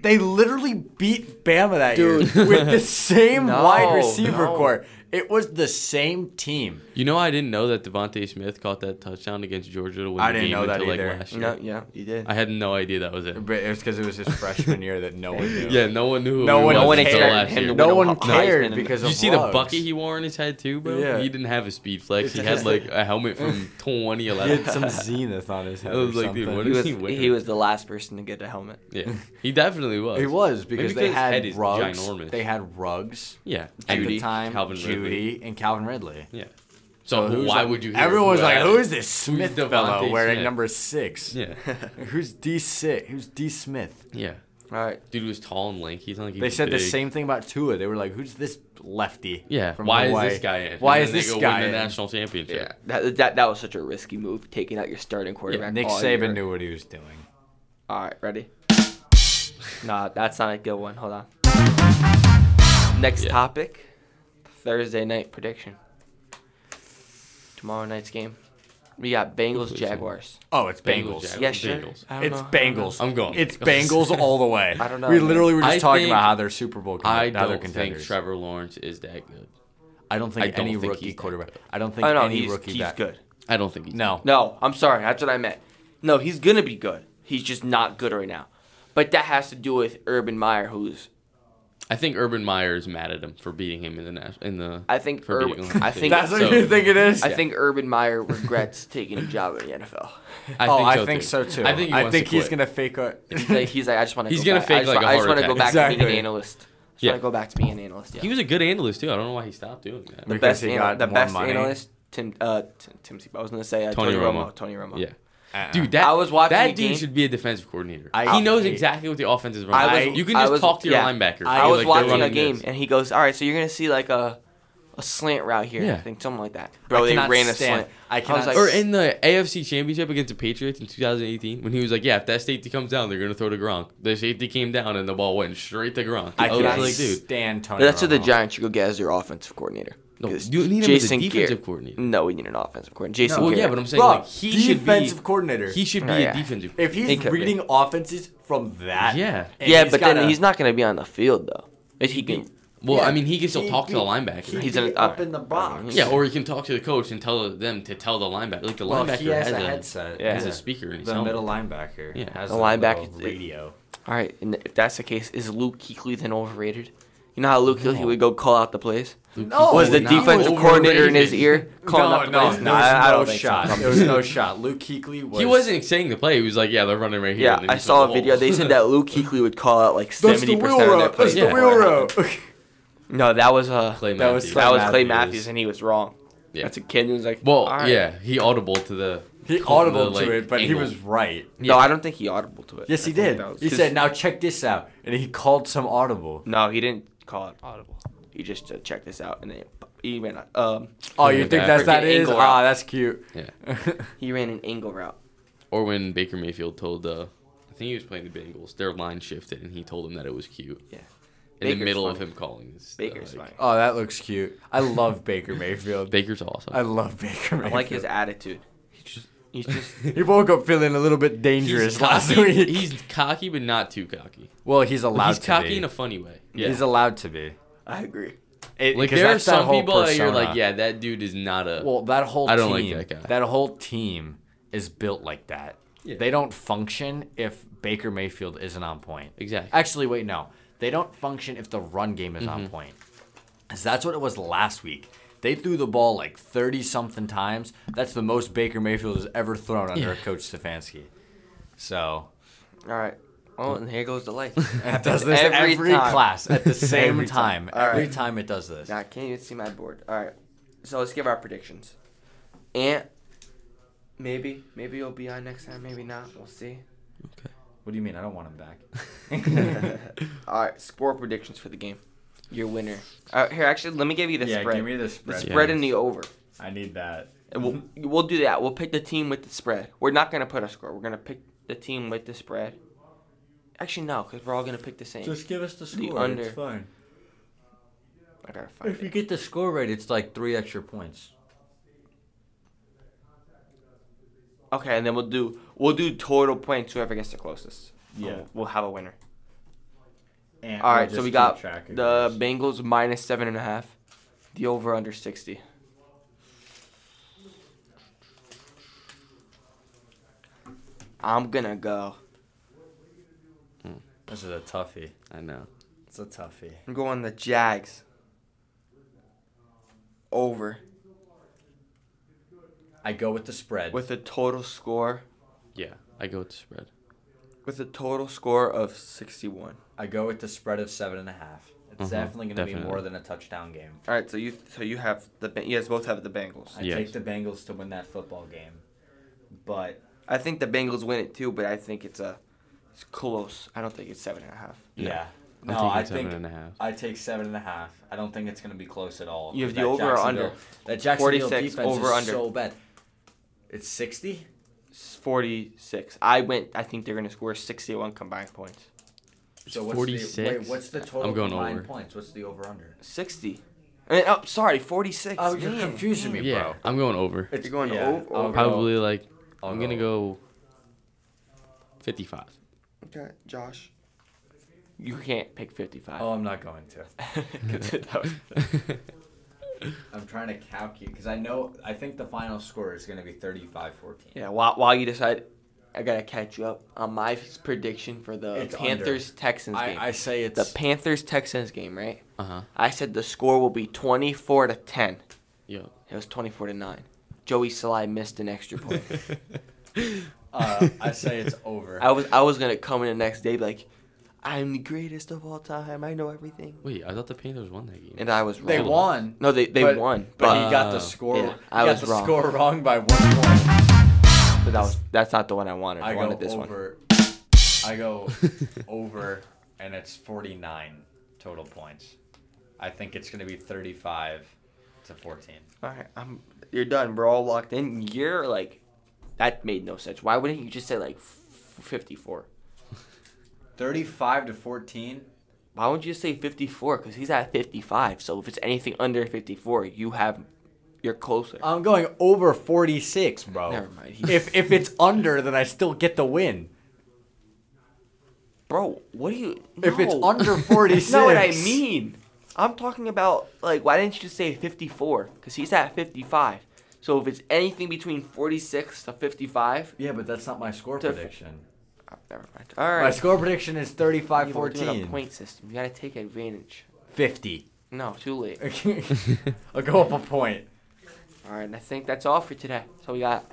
Speaker 2: They literally beat Bama that year with the same
Speaker 1: No,
Speaker 2: wide receiver
Speaker 1: no.
Speaker 2: core. It was the same team.
Speaker 3: You know, I didn't know that Devonte Smith caught that touchdown against Georgia to win
Speaker 2: I
Speaker 3: the
Speaker 2: didn't
Speaker 3: game
Speaker 2: know that
Speaker 3: until like
Speaker 2: either.
Speaker 3: last year.
Speaker 1: No, yeah, you did.
Speaker 3: I had no idea that was it.
Speaker 2: But it was because it was his freshman year that no one knew.
Speaker 3: Yeah, no one knew. Who
Speaker 2: No
Speaker 3: he
Speaker 2: one,
Speaker 3: was
Speaker 1: No one
Speaker 3: until
Speaker 1: expected
Speaker 3: last
Speaker 1: him to
Speaker 3: year.
Speaker 1: win
Speaker 2: No
Speaker 1: a
Speaker 2: one
Speaker 1: Heisman in
Speaker 2: cared
Speaker 1: the-
Speaker 2: because
Speaker 1: Did
Speaker 2: of
Speaker 3: Did you see
Speaker 2: Ruggs.
Speaker 3: the bucket he wore on his head too, bro?
Speaker 2: Yeah.
Speaker 3: He didn't have a speed flex. He
Speaker 2: It's
Speaker 3: had
Speaker 2: just
Speaker 3: like a helmet from
Speaker 2: He
Speaker 3: 2011.
Speaker 2: had some zenith on his head.
Speaker 3: I was
Speaker 2: or
Speaker 3: like, dude,
Speaker 2: something.
Speaker 3: what
Speaker 1: he
Speaker 3: is
Speaker 1: was,
Speaker 3: he wearing?
Speaker 1: he was the last person to get a helmet.
Speaker 3: yeah, he definitely was.
Speaker 2: He was
Speaker 3: Maybe
Speaker 2: because they
Speaker 3: his
Speaker 2: had
Speaker 3: head is
Speaker 2: rugs.
Speaker 3: ginormous.
Speaker 2: They had rugs
Speaker 3: yeah,
Speaker 2: at
Speaker 3: Judy,
Speaker 2: the time.
Speaker 3: Calvin
Speaker 2: Judy
Speaker 3: Ridley.
Speaker 2: and Calvin Ridley.
Speaker 3: Yeah. So,
Speaker 2: Who's
Speaker 3: why
Speaker 2: like-
Speaker 3: would you? hear
Speaker 2: Everyone was like,
Speaker 3: that?
Speaker 2: "Who is this Smith
Speaker 3: Devontae
Speaker 2: fellow wearing
Speaker 3: Smith?
Speaker 2: number six?
Speaker 3: Yeah,
Speaker 2: Who's D six? Who's D Smith?"
Speaker 3: yeah.
Speaker 1: All right.
Speaker 3: Dude was tall and lanky. He's not like he
Speaker 2: They
Speaker 3: was
Speaker 2: said the
Speaker 3: big.
Speaker 2: same thing about Tua. They were like, "Who's this lefty?"
Speaker 3: Yeah.
Speaker 2: from
Speaker 3: why
Speaker 2: Hawaii?
Speaker 3: is this guy in?
Speaker 2: Why
Speaker 3: And
Speaker 2: is
Speaker 3: then
Speaker 2: this
Speaker 3: they go
Speaker 2: guy
Speaker 3: win
Speaker 2: in?
Speaker 3: the national championship?
Speaker 1: Yeah, that, that that was such a risky move, taking out your starting quarterback.
Speaker 2: Nick
Speaker 1: all
Speaker 2: Saban
Speaker 1: year.
Speaker 2: knew what he was doing.
Speaker 1: All right, ready? nah, that's not a good one. Hold on. Next
Speaker 3: Yeah.
Speaker 1: topic Thursday night prediction. Tomorrow night's game. We got Bengals
Speaker 3: plays
Speaker 1: Jaguars.
Speaker 2: Oh, it's Bengals.
Speaker 3: Bengals, Jaguars.
Speaker 1: Yeah, sure.
Speaker 3: Bengals.
Speaker 1: I don't
Speaker 2: It's
Speaker 1: know. I don't know.
Speaker 2: Bengals.
Speaker 3: I'm going
Speaker 2: It's
Speaker 3: Bengals.
Speaker 2: Bengals all the way.
Speaker 1: I don't know,
Speaker 2: We
Speaker 1: man.
Speaker 2: literally were just
Speaker 3: I
Speaker 2: talking
Speaker 3: think-
Speaker 2: about how they're Super Bowl. Con-
Speaker 3: I
Speaker 2: now they're
Speaker 3: don't think
Speaker 2: contenders.
Speaker 3: Trevor Lawrence is that good.
Speaker 2: I don't think
Speaker 3: I don't
Speaker 2: any
Speaker 3: think
Speaker 2: rookie
Speaker 3: he's that
Speaker 2: quarterback.
Speaker 3: good.
Speaker 2: I don't think
Speaker 1: Oh, no,
Speaker 2: any
Speaker 1: he's,
Speaker 2: rookie
Speaker 1: he's
Speaker 2: back.
Speaker 1: good.
Speaker 3: I don't think he's
Speaker 2: No.
Speaker 1: No, I'm sorry. That's what I meant. No, he's going to be good. He's just not good right now. But that has to do with Urban Meyer, who's.
Speaker 3: I think Urban Meyer is mad at him for beating him in the nas- in the.
Speaker 1: I think
Speaker 3: for
Speaker 1: Urb-
Speaker 3: beating him.
Speaker 1: I think-
Speaker 2: That's what
Speaker 3: so.
Speaker 2: you think it is.
Speaker 1: I think Urban Meyer regrets taking a job in the NFL.
Speaker 3: I
Speaker 2: oh, I
Speaker 3: so,
Speaker 2: think
Speaker 3: too.
Speaker 2: so too.
Speaker 3: I think he wants to
Speaker 2: he's
Speaker 3: quit.
Speaker 2: gonna fake a.
Speaker 1: He's like, he's like I just want to.
Speaker 3: He's
Speaker 1: go
Speaker 3: gonna
Speaker 1: back.
Speaker 3: fake
Speaker 1: I just,
Speaker 3: like
Speaker 1: wa-
Speaker 3: a
Speaker 1: I just
Speaker 3: heart
Speaker 1: wanna go
Speaker 3: attack.
Speaker 1: back to being
Speaker 2: Exactly.
Speaker 1: an analyst. I just
Speaker 3: Yeah.
Speaker 1: want to go back to being an analyst. Yeah.
Speaker 3: He was a good analyst too. I don't know why he stopped doing that.
Speaker 1: the
Speaker 2: Because
Speaker 1: best,
Speaker 2: he
Speaker 1: ana-
Speaker 2: got
Speaker 1: the
Speaker 2: more
Speaker 1: best
Speaker 2: money.
Speaker 1: analyst, Tim, uh, Tim, Tim Tebow. I was gonna say uh,
Speaker 3: Tony
Speaker 1: Tony, Romo.
Speaker 3: Romo.
Speaker 1: Tony Romo.
Speaker 3: yeah,
Speaker 2: Uh-uh.
Speaker 3: dude, that
Speaker 1: I was watching
Speaker 3: That
Speaker 1: the
Speaker 3: dude
Speaker 1: game.
Speaker 3: should be a defensive coordinator.
Speaker 2: I-
Speaker 3: he knows
Speaker 2: I-
Speaker 3: exactly what the offense is
Speaker 1: I
Speaker 3: running.
Speaker 1: was-
Speaker 3: you can
Speaker 1: I
Speaker 3: just
Speaker 1: was-
Speaker 3: talk to your
Speaker 1: yeah.
Speaker 3: linebacker.
Speaker 1: I,
Speaker 2: I
Speaker 1: was
Speaker 2: like, they're
Speaker 1: watching a
Speaker 3: running
Speaker 1: game,
Speaker 3: this.
Speaker 1: and he goes, "All right, so you're gonna see like a a slant route here,
Speaker 3: Yeah.
Speaker 1: I think something like that." Bro, they
Speaker 2: cannot
Speaker 1: ran a
Speaker 2: stand-
Speaker 1: slant.
Speaker 2: I
Speaker 1: was
Speaker 2: cannot
Speaker 1: like,
Speaker 3: Or in the AFC Championship against the Patriots in 2018, when he was like, "Yeah, if that safety comes down, they're gonna throw to Gronk." The safety came down, and the ball went straight to Gronk.
Speaker 2: I
Speaker 3: I, was
Speaker 2: cannot
Speaker 3: like, "Dude,
Speaker 2: stand Tony.
Speaker 1: That's what the
Speaker 2: Romo.
Speaker 1: Giants should go get as their offensive coordinator.
Speaker 3: No,
Speaker 1: 'Cause
Speaker 3: you need him as a
Speaker 1: Jason
Speaker 3: defensive
Speaker 1: Garrett-
Speaker 3: coordinator.
Speaker 1: No, we need an offensive coordinator. Jason
Speaker 3: well, yeah,
Speaker 1: Garrett.
Speaker 3: but I'm saying
Speaker 2: Bro,
Speaker 3: like he should be
Speaker 2: defensive coordinator.
Speaker 3: He should be
Speaker 1: Oh, yeah.
Speaker 3: a defensive.
Speaker 2: if
Speaker 1: He
Speaker 2: he's
Speaker 1: could be.
Speaker 2: reading offenses from that.
Speaker 3: Yeah.
Speaker 2: and
Speaker 1: yeah, but then
Speaker 2: gotta-
Speaker 1: he's not gonna be on the field though. If he can,
Speaker 3: well,
Speaker 2: yeah,
Speaker 3: I mean, he can still
Speaker 2: he'd
Speaker 3: talk to the
Speaker 2: be-
Speaker 3: linebacker.
Speaker 2: he'd
Speaker 1: He's in
Speaker 2: be
Speaker 1: a-
Speaker 2: up
Speaker 1: uh,
Speaker 2: in the box.
Speaker 3: yeah, or he can talk to the coach and tell them to tell the linebacker. Like the
Speaker 2: Well,
Speaker 3: linebacker
Speaker 2: he has, a,
Speaker 3: a,
Speaker 2: headset.
Speaker 1: Yeah.
Speaker 3: has
Speaker 1: Yeah.
Speaker 3: a speaker in his
Speaker 2: The
Speaker 3: helmet.
Speaker 2: middle linebacker.
Speaker 3: Yeah.
Speaker 2: has
Speaker 1: The
Speaker 2: a little
Speaker 1: linebacker-
Speaker 2: radio.
Speaker 1: all right. And if that's the case, is Luke Kuechly then overrated? You know how Luke Kuechly would go call out the plays.
Speaker 2: No,
Speaker 1: was the
Speaker 2: not
Speaker 1: defensive coordinator in his ear calling
Speaker 2: No,
Speaker 1: out the
Speaker 2: no,
Speaker 1: plays?
Speaker 2: there
Speaker 1: Nah,
Speaker 2: was
Speaker 1: I, I
Speaker 2: no
Speaker 1: don't think so.
Speaker 2: shot. There was no shot. Luke Kuechly was.
Speaker 3: He wasn't saying the play. He was like, "Yeah, they're running right here."
Speaker 1: Yeah,
Speaker 3: and then
Speaker 1: I
Speaker 3: he
Speaker 1: saw
Speaker 3: took
Speaker 1: a
Speaker 3: the
Speaker 1: video.
Speaker 3: ball.
Speaker 1: They said that Luke Kuechly would call out like
Speaker 2: That's
Speaker 1: seventy
Speaker 2: the
Speaker 1: percent
Speaker 2: wheel
Speaker 1: of
Speaker 2: row.
Speaker 1: their
Speaker 2: That's
Speaker 1: plays.
Speaker 2: the
Speaker 3: Yeah.
Speaker 1: before it
Speaker 2: wheel row.
Speaker 1: happened. No, that was uh,
Speaker 3: Clay
Speaker 2: That was
Speaker 3: Matthews.
Speaker 1: that was Clay
Speaker 2: Matthews.
Speaker 1: Matthews, and he was wrong.
Speaker 3: Yeah.
Speaker 1: That's a kid who was like,
Speaker 3: Well,
Speaker 1: all right.
Speaker 3: yeah, he audible to the
Speaker 2: He
Speaker 3: the,
Speaker 2: audible
Speaker 3: like,
Speaker 2: to it, but he
Speaker 3: angle.
Speaker 2: was right.
Speaker 1: No, I don't think he audible to it.
Speaker 2: Yes,
Speaker 1: I
Speaker 2: he
Speaker 1: think
Speaker 2: did.
Speaker 1: that was-
Speaker 2: He
Speaker 1: 'cause-
Speaker 2: said, "Now check this out," and he called some audible.
Speaker 1: no, he didn't call it audible. He just said, check this out, and then he ran a, um
Speaker 2: Oh,
Speaker 3: Yeah,
Speaker 2: you think
Speaker 3: that-
Speaker 2: that's that
Speaker 1: Freaking
Speaker 2: is?
Speaker 1: angle
Speaker 2: Ah,
Speaker 1: route.
Speaker 2: that's cute.
Speaker 3: Yeah.
Speaker 1: he ran an angle route.
Speaker 3: Or when Baker Mayfield told, uh, I think he was playing the Bengals. Their line shifted, and he told them that it was cute.
Speaker 1: Yeah,
Speaker 3: In
Speaker 1: Baker's
Speaker 3: the middle of
Speaker 1: funny.
Speaker 3: him calling, uh, this,
Speaker 1: Baker's fine.
Speaker 2: Oh, that looks cute. I love Baker Mayfield.
Speaker 3: Baker's awesome.
Speaker 2: I love Baker
Speaker 1: I
Speaker 2: Mayfield.
Speaker 1: like his attitude. He's just, he's just
Speaker 2: He woke up feeling a little bit dangerous last week.
Speaker 3: He's cocky, but not too cocky.
Speaker 2: well, he's allowed
Speaker 3: he's
Speaker 2: to
Speaker 3: cocky
Speaker 2: be.
Speaker 3: in a funny way. Yeah.
Speaker 2: He's allowed to be.
Speaker 1: I agree.
Speaker 2: It,
Speaker 3: like
Speaker 2: 'cause
Speaker 3: there are
Speaker 2: that's that
Speaker 3: some
Speaker 2: whole
Speaker 3: people that you're
Speaker 2: persona.
Speaker 3: like, yeah, that dude is not a.
Speaker 2: Well, that whole
Speaker 3: I don't like
Speaker 2: team,
Speaker 3: that guy.
Speaker 2: whole team is built like that.
Speaker 3: Yeah.
Speaker 2: They don't function if Baker Mayfield isn't on point.
Speaker 3: Exactly.
Speaker 2: Actually, wait, no. They don't function if the run game is
Speaker 3: Mm-hmm.
Speaker 2: on point. 'Cause that's what it was last week. They threw the ball like 30 something times. That's the most Baker Mayfield has ever thrown under Coach Stefanski. So,
Speaker 1: All right. Oh, and here goes the light.
Speaker 2: it does this every,
Speaker 1: Every time.
Speaker 2: class at the same
Speaker 1: Every
Speaker 2: time.
Speaker 1: time.
Speaker 2: Every
Speaker 1: Alright.
Speaker 2: time it does this.
Speaker 1: Now, I can't even see my board. All right. So let's give our predictions. Ant, maybe, maybe you'll be on next time. Maybe not. We'll see.
Speaker 2: What do you mean? I don't want him back.
Speaker 1: All right. Score predictions for the game. Your winner. All right, here, actually, let me give you the spread.
Speaker 2: the
Speaker 1: the
Speaker 2: spread. Mm-hmm.
Speaker 1: spread
Speaker 3: Yeah.
Speaker 1: and the over.
Speaker 2: I need that.
Speaker 1: And Uh, we'll we'll do that. We'll pick the team with the spread. We're not gonna put a score. We're gonna pick the team with the spread. Actually, no, because we're all gonna pick the same.
Speaker 2: Just give us the
Speaker 1: The
Speaker 2: score.
Speaker 1: under.
Speaker 2: It's fine.
Speaker 1: I gotta find
Speaker 2: If you
Speaker 1: it.
Speaker 2: get the score right, it's like three extra points.
Speaker 1: Okay, and then we'll do we'll do total points. Whoever gets the closest. We'll, we'll have a winner.
Speaker 2: And
Speaker 1: All
Speaker 2: we'll
Speaker 1: right, so
Speaker 2: just
Speaker 1: we
Speaker 2: keep
Speaker 1: got
Speaker 2: track of
Speaker 1: the
Speaker 2: this.
Speaker 1: Bengals minus seven and a half. The over under 60. I'm gonna go.
Speaker 2: This is a toughie.
Speaker 3: I know.
Speaker 2: It's a toughie.
Speaker 1: I'm going the Jags. Over.
Speaker 2: I go with the spread.
Speaker 1: With a total score.
Speaker 3: Yeah, I go with the spread.
Speaker 1: With a total score of 61.
Speaker 2: I go with the spread of seven and a half. It's
Speaker 1: Mm-hmm.
Speaker 3: Mhm,
Speaker 2: definitely going to be
Speaker 3: definitely.
Speaker 2: more than a touchdown game.
Speaker 1: All right, so you so you have the Ba- you guys both have the Bengals.
Speaker 2: I
Speaker 3: Yes.
Speaker 2: take the Bengals to win that football game, but
Speaker 1: I think the Bengals win it too, but I think it's a it's close. I don't think it's seven and a half.
Speaker 3: No.
Speaker 2: yeah,
Speaker 3: I'm
Speaker 2: no,
Speaker 3: taking
Speaker 2: I
Speaker 3: seven
Speaker 2: think
Speaker 3: and a half.
Speaker 2: I take seven and a half. I don't think it's going to be close at all.
Speaker 1: You have
Speaker 2: That
Speaker 1: the over or under?
Speaker 2: Jacksonville- That Jacksonville
Speaker 1: 46
Speaker 2: defense
Speaker 1: over
Speaker 2: is
Speaker 1: under.
Speaker 2: so bad. It's sixty.
Speaker 1: Forty six. I went. I think they're gonna score sixty one combined points.
Speaker 2: So what's The,
Speaker 3: 46?
Speaker 2: wait, what's the total
Speaker 3: I'm going
Speaker 2: combined
Speaker 3: over.
Speaker 2: points? What's the over under?
Speaker 1: Sixty. I mean, oh, sorry, forty six.
Speaker 2: Oh, you're confusing me, bro.
Speaker 3: Yeah, I'm going over.
Speaker 2: It's
Speaker 1: going
Speaker 2: yeah,
Speaker 1: over-
Speaker 2: I'll
Speaker 1: over.
Speaker 2: go-
Speaker 3: Probably like
Speaker 2: I'll
Speaker 3: I'm gonna go 55.
Speaker 1: Okay, Josh. You can't pick fifty five.
Speaker 2: Oh, I'm not going to.
Speaker 1: that
Speaker 2: I'm trying to calculate because I know I think the final score is going to be 35-14.
Speaker 1: Yeah, while, while you decide, I gotta catch you up on my prediction for the
Speaker 2: It's
Speaker 1: Panthers Texans game.
Speaker 2: I, I say
Speaker 1: the
Speaker 2: it's
Speaker 1: Panthers Texans game, right?
Speaker 3: Uh huh.
Speaker 1: I said the score will be twenty four to ten.
Speaker 3: Yo.
Speaker 1: It was twenty four to nine. Joey Sly missed an extra point.
Speaker 2: uh, I say it's over.
Speaker 1: I was I was gonna come in the next day be like, I'm the greatest of all time. I know everything.
Speaker 3: Wait, I thought the Panthers won that game.
Speaker 1: And I was wrong.
Speaker 2: they won.
Speaker 1: No, they they
Speaker 2: but-
Speaker 1: won.
Speaker 2: but
Speaker 1: But,
Speaker 2: he got the
Speaker 3: Uh,
Speaker 2: score.
Speaker 1: yeah,
Speaker 2: he
Speaker 1: I
Speaker 2: got
Speaker 1: was
Speaker 2: the
Speaker 1: wrong.
Speaker 2: score wrong by one point.
Speaker 1: but that was that's not the one I wanted. I,
Speaker 2: I go
Speaker 1: wanted this one.
Speaker 2: over. I go over, and it's 49 total points. I think it's going to be 35 to 14.
Speaker 1: All right, I'm. You're done. We're all locked in. You're like, that made no sense. Why wouldn't you just say like, fifty four?
Speaker 2: 35 to 14.
Speaker 1: Why wouldn't you say fifty four? Because he's at fifty five. So if it's anything under fifty four, you have, you're closer.
Speaker 2: I'm going over 46, bro.
Speaker 1: Never mind. He's,
Speaker 2: If if it's under, then I still get the win.
Speaker 1: bro, what do you?
Speaker 2: If it's
Speaker 1: no.
Speaker 2: under 46.
Speaker 1: know what I mean. I'm talking about like why didn't you just say 54? Because he's at 55. So if it's anything between 46 to 55,
Speaker 2: Yeah, but that's not my score
Speaker 1: Def-
Speaker 2: prediction.
Speaker 1: oh, never mind. All
Speaker 2: My
Speaker 1: right.
Speaker 2: score prediction is 35
Speaker 1: Yeah, we're doing a
Speaker 2: 14.
Speaker 1: point system. You gotta take advantage.
Speaker 2: 50.
Speaker 1: No, too late.
Speaker 2: I'll go up a point.
Speaker 1: All right, and I think that's all for today. So we got.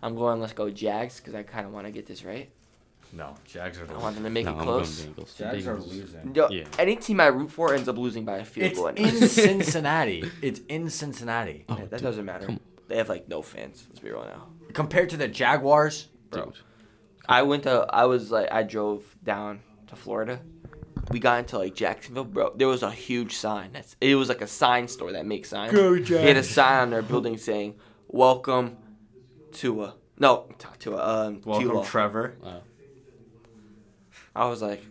Speaker 1: I'm going. Let's go Jags because I kind of want to get this right.
Speaker 2: No, Jags are
Speaker 1: I want them to make
Speaker 3: No,
Speaker 1: it
Speaker 3: I'm going
Speaker 1: close.
Speaker 3: Bengals.
Speaker 2: Jags are
Speaker 3: Bengals.
Speaker 2: losing.
Speaker 1: Yo,
Speaker 3: Yeah.
Speaker 1: Any team I root for ends up losing by a field
Speaker 2: It's
Speaker 1: goal. anyway.
Speaker 2: in Cincinnati. It's in Cincinnati.
Speaker 3: Oh,
Speaker 1: Yeah, that doesn't matter. They have like no fans. Let's be real now.
Speaker 2: Compared to the Jaguars,
Speaker 1: bro.
Speaker 3: Dude.
Speaker 1: I went to I was like I drove down to Florida. We got into like Jacksonville, bro. There was a huge sign. That's it was like a sign store that makes signs.
Speaker 2: Go
Speaker 1: They had a
Speaker 2: Jags.
Speaker 1: sign on their building saying, "Welcome to a no, not to a um, Tula."
Speaker 2: Trevor.
Speaker 3: Wow.
Speaker 1: I was like,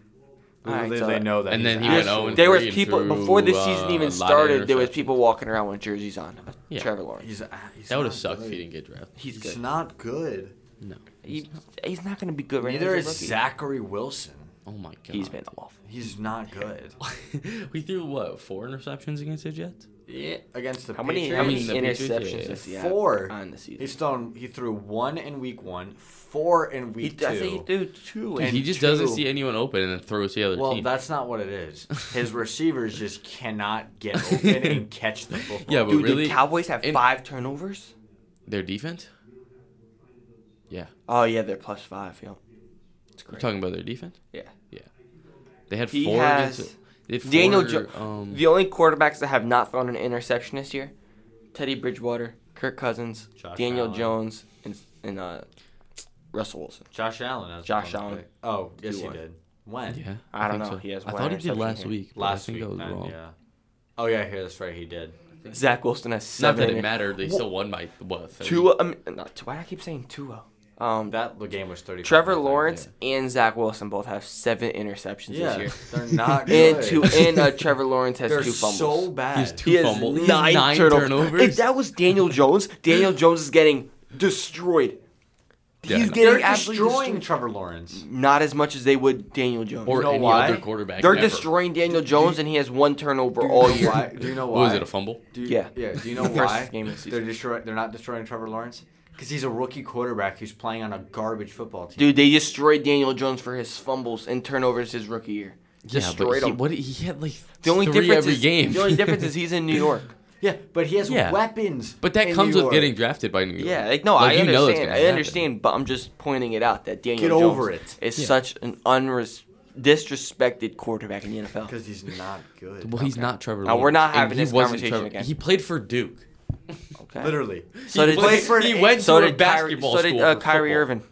Speaker 1: all right,
Speaker 2: Literally,
Speaker 1: so-
Speaker 2: they know that.
Speaker 3: And
Speaker 2: he's
Speaker 3: then
Speaker 2: an
Speaker 3: he
Speaker 2: ass.
Speaker 3: went 0 and
Speaker 1: There was
Speaker 3: three and
Speaker 1: people
Speaker 3: threw,
Speaker 1: before the
Speaker 3: uh,
Speaker 1: season
Speaker 3: a lot
Speaker 1: even
Speaker 3: of
Speaker 1: started. There was
Speaker 3: interceptions.
Speaker 1: people walking around with jerseys on. Uh,
Speaker 3: Yeah.
Speaker 1: Trevor Lawrence.
Speaker 2: He's, a- he's
Speaker 3: That would
Speaker 2: not
Speaker 3: have sucked if
Speaker 2: good.
Speaker 3: he didn't get drafted.
Speaker 1: He's
Speaker 2: He's
Speaker 1: good.
Speaker 2: not good.
Speaker 3: No.
Speaker 1: He, he's not gonna be good right now.
Speaker 2: Neither
Speaker 1: He's a
Speaker 2: is
Speaker 1: rookie.
Speaker 2: Zachary Wilson.
Speaker 3: Oh my god.
Speaker 1: He's been awful.
Speaker 2: He's not good.
Speaker 3: we threw what four interceptions against the Jets.
Speaker 2: Yeah, against the
Speaker 1: How many
Speaker 2: Patriots.
Speaker 1: how many
Speaker 3: the Patriots, yeah,
Speaker 1: interceptions
Speaker 3: yeah.
Speaker 1: does he have
Speaker 2: Four.
Speaker 1: on the season?
Speaker 2: He's thrown. He threw one in week one, four in
Speaker 1: He,
Speaker 2: week
Speaker 1: I think he
Speaker 2: two.
Speaker 1: threw two.
Speaker 3: Dude,
Speaker 1: and
Speaker 3: he just does doesn't
Speaker 2: two.
Speaker 3: see anyone open and then throws the other
Speaker 2: well,
Speaker 3: team.
Speaker 2: that's not what it is. His receivers just cannot get open and catch the football.
Speaker 3: Yeah, but
Speaker 1: Dude,
Speaker 3: really,
Speaker 1: the Cowboys have
Speaker 3: in-
Speaker 1: five turnovers.
Speaker 3: their defense. Yeah,
Speaker 1: Oh yeah, they're plus five. Yeah, it's
Speaker 3: we're
Speaker 1: great.
Speaker 3: talking about their defense.
Speaker 1: yeah,
Speaker 3: They had
Speaker 1: He
Speaker 3: four.
Speaker 1: has-
Speaker 3: against, they had four
Speaker 1: Daniel Jo-
Speaker 3: um,
Speaker 1: the only quarterbacks that have not thrown an interception this year: Teddy Bridgewater, Kirk Cousins,
Speaker 2: Josh
Speaker 1: Daniel
Speaker 2: Allen.
Speaker 1: Jones, and and uh, Russell Wilson.
Speaker 2: Josh Allen. Has
Speaker 1: Josh
Speaker 2: one
Speaker 1: Allen.
Speaker 2: pick. Oh, yes, he
Speaker 1: one.
Speaker 2: did. When?
Speaker 3: yeah,
Speaker 1: I don't
Speaker 3: think
Speaker 1: know. He has
Speaker 3: I
Speaker 1: one
Speaker 3: thought he did
Speaker 1: interception
Speaker 3: last
Speaker 1: here.
Speaker 3: week. but
Speaker 2: Last
Speaker 3: I think
Speaker 2: week.
Speaker 3: I was
Speaker 2: then,
Speaker 3: wrong.
Speaker 2: Yeah. Oh yeah, here. That's right. He did.
Speaker 1: Zach Wilson has
Speaker 3: Not
Speaker 1: seven.
Speaker 3: that it
Speaker 1: inter-
Speaker 3: mattered. They
Speaker 1: Wh-
Speaker 3: still won by what? 30?
Speaker 1: Tua. Um, not, why do I keep saying Tua? Um,
Speaker 2: That game was thirty.
Speaker 1: Trevor Lawrence and Zach Wilson both have seven interceptions
Speaker 2: Yeah,
Speaker 1: this
Speaker 2: they're not
Speaker 1: year.
Speaker 2: good.
Speaker 1: And two, and uh, Trevor Lawrence has
Speaker 2: they're
Speaker 1: two fumbles.
Speaker 2: so
Speaker 3: He has
Speaker 2: bad.
Speaker 3: two
Speaker 1: He has
Speaker 3: fumbles. He has
Speaker 1: nine, turnovers. If
Speaker 3: turnovers.
Speaker 1: that was Daniel Jones, Daniel Jones is getting destroyed.
Speaker 3: Yeah,
Speaker 1: he's
Speaker 3: no.
Speaker 1: getting
Speaker 2: They're
Speaker 1: absolutely
Speaker 2: destroying
Speaker 1: destroyed.
Speaker 2: Trevor Lawrence.
Speaker 1: Not as much as they would Daniel Jones.
Speaker 3: or
Speaker 2: know
Speaker 3: any
Speaker 2: why?
Speaker 3: other quarterback.
Speaker 1: They're
Speaker 3: ever.
Speaker 1: destroying Daniel Jones, and he has one turnover all year.
Speaker 2: why? Do you know why?
Speaker 3: What was it? A fumble?
Speaker 2: Do you,
Speaker 1: Yeah.
Speaker 2: Yeah. Do you know
Speaker 1: The first
Speaker 2: why
Speaker 1: game of the season.
Speaker 2: they're destroy- They're not destroying Trevor Lawrence because he's a rookie quarterback who's playing on a garbage football team.
Speaker 1: Dude, they destroyed Daniel Jones for his fumbles and turnovers his rookie year. Destroyed
Speaker 3: he,
Speaker 1: him.
Speaker 3: what he had like
Speaker 1: the only
Speaker 3: three
Speaker 1: difference
Speaker 3: every
Speaker 1: is,
Speaker 3: game.
Speaker 1: The only difference is he's in New York.
Speaker 2: Yeah, but he has
Speaker 3: Yeah.
Speaker 2: weapons.
Speaker 3: but that
Speaker 2: in
Speaker 3: comes
Speaker 2: New
Speaker 3: with
Speaker 2: York.
Speaker 3: getting drafted by New York.
Speaker 1: Yeah, like no,
Speaker 3: Like,
Speaker 1: I
Speaker 3: you know it's
Speaker 1: understand.
Speaker 3: gonna
Speaker 1: I
Speaker 3: happen.
Speaker 1: understand, but I'm just pointing it out that Daniel
Speaker 2: Get
Speaker 1: Jones
Speaker 2: over it.
Speaker 1: is
Speaker 3: Yeah.
Speaker 1: such an unres- disrespected quarterback in the NFL.
Speaker 2: because he's not good.
Speaker 3: Well, he's not Trevor.
Speaker 1: Now,
Speaker 3: Lawrence,
Speaker 1: we're not
Speaker 3: and
Speaker 1: having
Speaker 3: he
Speaker 1: this
Speaker 3: wasn't
Speaker 1: conversation
Speaker 3: Trevor-
Speaker 1: again.
Speaker 3: He played for Duke.
Speaker 1: Okay.
Speaker 2: Literally.
Speaker 1: So did
Speaker 2: played for an
Speaker 3: he
Speaker 2: eight-
Speaker 3: went
Speaker 1: so
Speaker 3: to a
Speaker 1: did Kyrie,
Speaker 3: basketball
Speaker 1: so did
Speaker 3: school
Speaker 1: uh,
Speaker 3: for
Speaker 1: Kyrie
Speaker 3: football.
Speaker 1: Irving.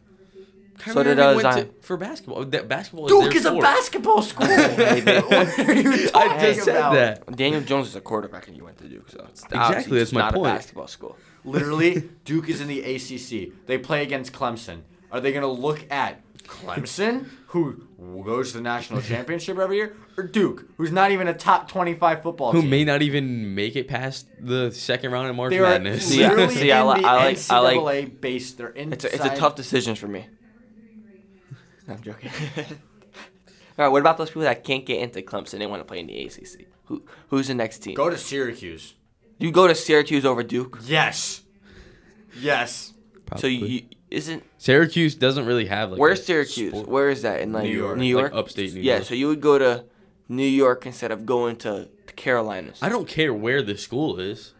Speaker 3: Kyrie
Speaker 1: so did
Speaker 3: Irving
Speaker 1: uh,
Speaker 3: went to-
Speaker 1: Zion.
Speaker 3: for basketball. That basketball.
Speaker 2: Duke
Speaker 3: their
Speaker 2: is a
Speaker 3: sport.
Speaker 2: basketball school. what are you talking
Speaker 3: I just said
Speaker 2: about?
Speaker 3: that.
Speaker 1: Daniel Jones is a quarterback, and you went to Duke, so it's
Speaker 3: Exactly,
Speaker 1: obviously
Speaker 3: that's
Speaker 1: it's
Speaker 3: my
Speaker 1: not
Speaker 3: point.
Speaker 1: A basketball school.
Speaker 2: Literally, Duke is in the ACC. They play against Clemson. Are they going to look at Clemson, who goes to the national championship every year, or Duke, who's not even a top 25 football
Speaker 3: Who
Speaker 2: team?
Speaker 3: may not even make it past the second round in March
Speaker 2: they are
Speaker 3: Madness.
Speaker 1: See, I-
Speaker 2: literally
Speaker 1: see, I
Speaker 2: in
Speaker 1: li-
Speaker 2: the
Speaker 1: I like- I like-
Speaker 2: NCAA base. They're inside.
Speaker 1: It's a, it's a tough decision for me. No, I'm joking. All right, what about those people that can't get into Clemson? They want to play in the ACC. Who who's the next team?
Speaker 2: Go to Syracuse.
Speaker 1: You go to Syracuse over Duke.
Speaker 2: Yes. Yes.
Speaker 1: So you, you isn't
Speaker 3: Syracuse doesn't really have like. a
Speaker 1: where's Syracuse?
Speaker 3: sport-
Speaker 1: Where is that in like
Speaker 2: New York.
Speaker 1: New York?
Speaker 3: Like upstate New
Speaker 1: yeah,
Speaker 3: York.
Speaker 1: so you would go to New York instead of going to the Carolinas.
Speaker 3: I don't care where the school is.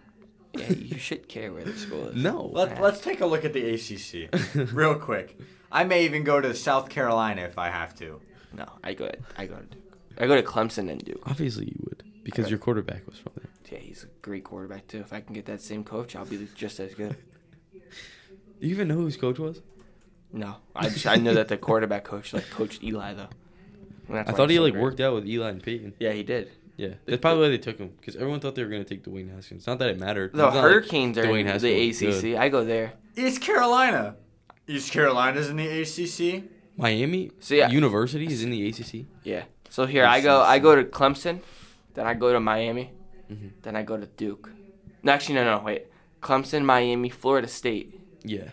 Speaker 1: yeah, you should care where the school is.
Speaker 3: No.
Speaker 2: Let, let's take a look at the ACC real quick. I may even go to South Carolina if I have to.
Speaker 1: No, I go. I go to Duke. I go to Clemson and Duke.
Speaker 3: Obviously, you would because your quarterback was from there.
Speaker 1: Yeah, he's a great quarterback too. If I can get that same coach, I'll be just as good.
Speaker 3: Do you even know who his coach was?
Speaker 1: No, I just I know that the quarterback coach like coached Eli though. And that's
Speaker 3: I
Speaker 1: why
Speaker 3: thought
Speaker 1: he's
Speaker 3: he
Speaker 1: so
Speaker 3: like
Speaker 1: great.
Speaker 3: worked out with Eli and Peyton.
Speaker 1: Yeah, he did.
Speaker 3: Yeah, that's probably why they took him because everyone thought they were gonna take Dwayne Haskins. Not that it mattered.
Speaker 1: The
Speaker 3: It's not like
Speaker 1: Hurricanes are
Speaker 3: Dwayne
Speaker 1: in
Speaker 3: Haskins
Speaker 1: the
Speaker 3: was
Speaker 1: ACC.
Speaker 3: good.
Speaker 1: I go there.
Speaker 2: East Carolina. East Carolina's in the ACC.
Speaker 3: Miami
Speaker 1: So, yeah.
Speaker 3: University is in the ACC.
Speaker 1: Yeah. So here I go. I go to Clemson, then I go to Miami,
Speaker 3: Mm-hmm.
Speaker 1: then I go to Duke. No, actually, no, no, wait. Clemson, Miami, Florida State.
Speaker 3: Yeah.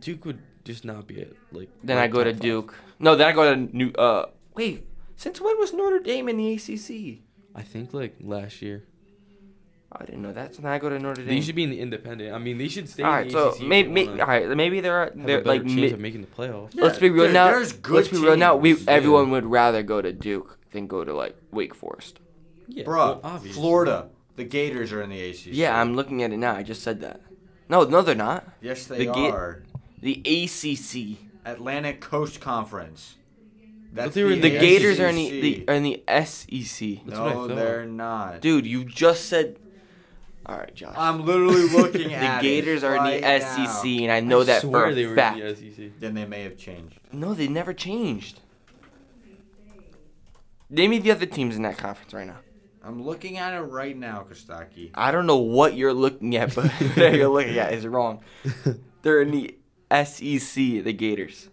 Speaker 3: Duke would just not be it. Like
Speaker 1: Then
Speaker 3: like
Speaker 1: I go to
Speaker 3: top five.
Speaker 1: Duke. No, then I go to New. Uh, wait. Since when was Notre Dame in the ACC?
Speaker 3: I think like last year.
Speaker 1: I didn't know that. So then I go to Notre Dame.
Speaker 3: They should be in the independent. I mean, they should stay.
Speaker 1: all
Speaker 3: in
Speaker 1: right.
Speaker 3: the
Speaker 1: So
Speaker 3: ACC if
Speaker 1: maybe,
Speaker 3: they
Speaker 1: may, all
Speaker 3: wanna
Speaker 1: right. Maybe they're
Speaker 3: have a
Speaker 1: they're
Speaker 3: better
Speaker 1: like
Speaker 3: chance
Speaker 1: mid,
Speaker 3: of making the playoffs.
Speaker 1: let's be real
Speaker 2: dude,
Speaker 1: now.
Speaker 2: there's good
Speaker 1: let's be real now. We
Speaker 2: teams.
Speaker 1: everyone would rather go to Duke than go to like Wake Forest.
Speaker 3: Yeah,
Speaker 2: Bruh,
Speaker 3: obviously.
Speaker 2: Florida. The Gators are in the ACC.
Speaker 1: Yeah, I'm looking at it now. I just said that. No, no, they're not.
Speaker 2: Yes, they
Speaker 1: the Ga-
Speaker 2: are.
Speaker 1: The ACC.
Speaker 2: Atlantic Coast Conference. That's
Speaker 3: they were in
Speaker 1: The
Speaker 3: The
Speaker 1: Gators are in
Speaker 2: ACC.
Speaker 1: the, the uh, are in the SEC.
Speaker 3: That's what I
Speaker 2: no,
Speaker 3: thought.
Speaker 2: they're not.
Speaker 1: Dude, you just said. All right, Josh.
Speaker 2: I'm literally looking
Speaker 1: the
Speaker 2: at it
Speaker 1: Gators are in the E
Speaker 2: right
Speaker 1: SEC,
Speaker 2: now.
Speaker 1: and I know
Speaker 3: I
Speaker 1: that
Speaker 3: swear
Speaker 1: for a
Speaker 3: they were
Speaker 1: fact.
Speaker 3: in the SEC.
Speaker 2: Then they may have changed.
Speaker 1: No, they never changed. Name me the other teams in that conference right now.
Speaker 2: I'm looking at it right now, Kostaki.
Speaker 1: I don't know what you're looking at, but what you're looking at is wrong. They're in the SEC, the Gators.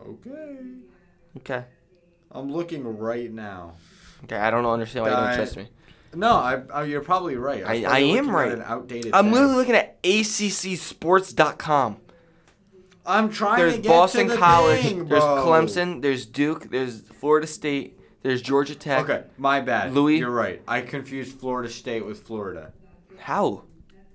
Speaker 2: Okay.
Speaker 1: Okay.
Speaker 2: I'm looking right now.
Speaker 1: Okay, I don't understand why you don't
Speaker 2: Di-
Speaker 1: trust me.
Speaker 2: No, I, I you're probably right. was
Speaker 1: I-
Speaker 2: probably
Speaker 1: I am
Speaker 2: looking at
Speaker 1: right.
Speaker 2: An outdated.
Speaker 1: I'm
Speaker 2: thing.
Speaker 1: literally looking at accsports.com.
Speaker 2: I'm trying
Speaker 1: There's
Speaker 2: to get
Speaker 1: Boston
Speaker 2: to the
Speaker 1: College,
Speaker 2: thing,
Speaker 1: there's
Speaker 2: bro.
Speaker 1: Clemson, there's Duke, there's Florida State, there's Georgia Tech.
Speaker 2: Okay, my bad.
Speaker 1: Louis?
Speaker 2: you're right. I confused Florida State with Florida
Speaker 1: How?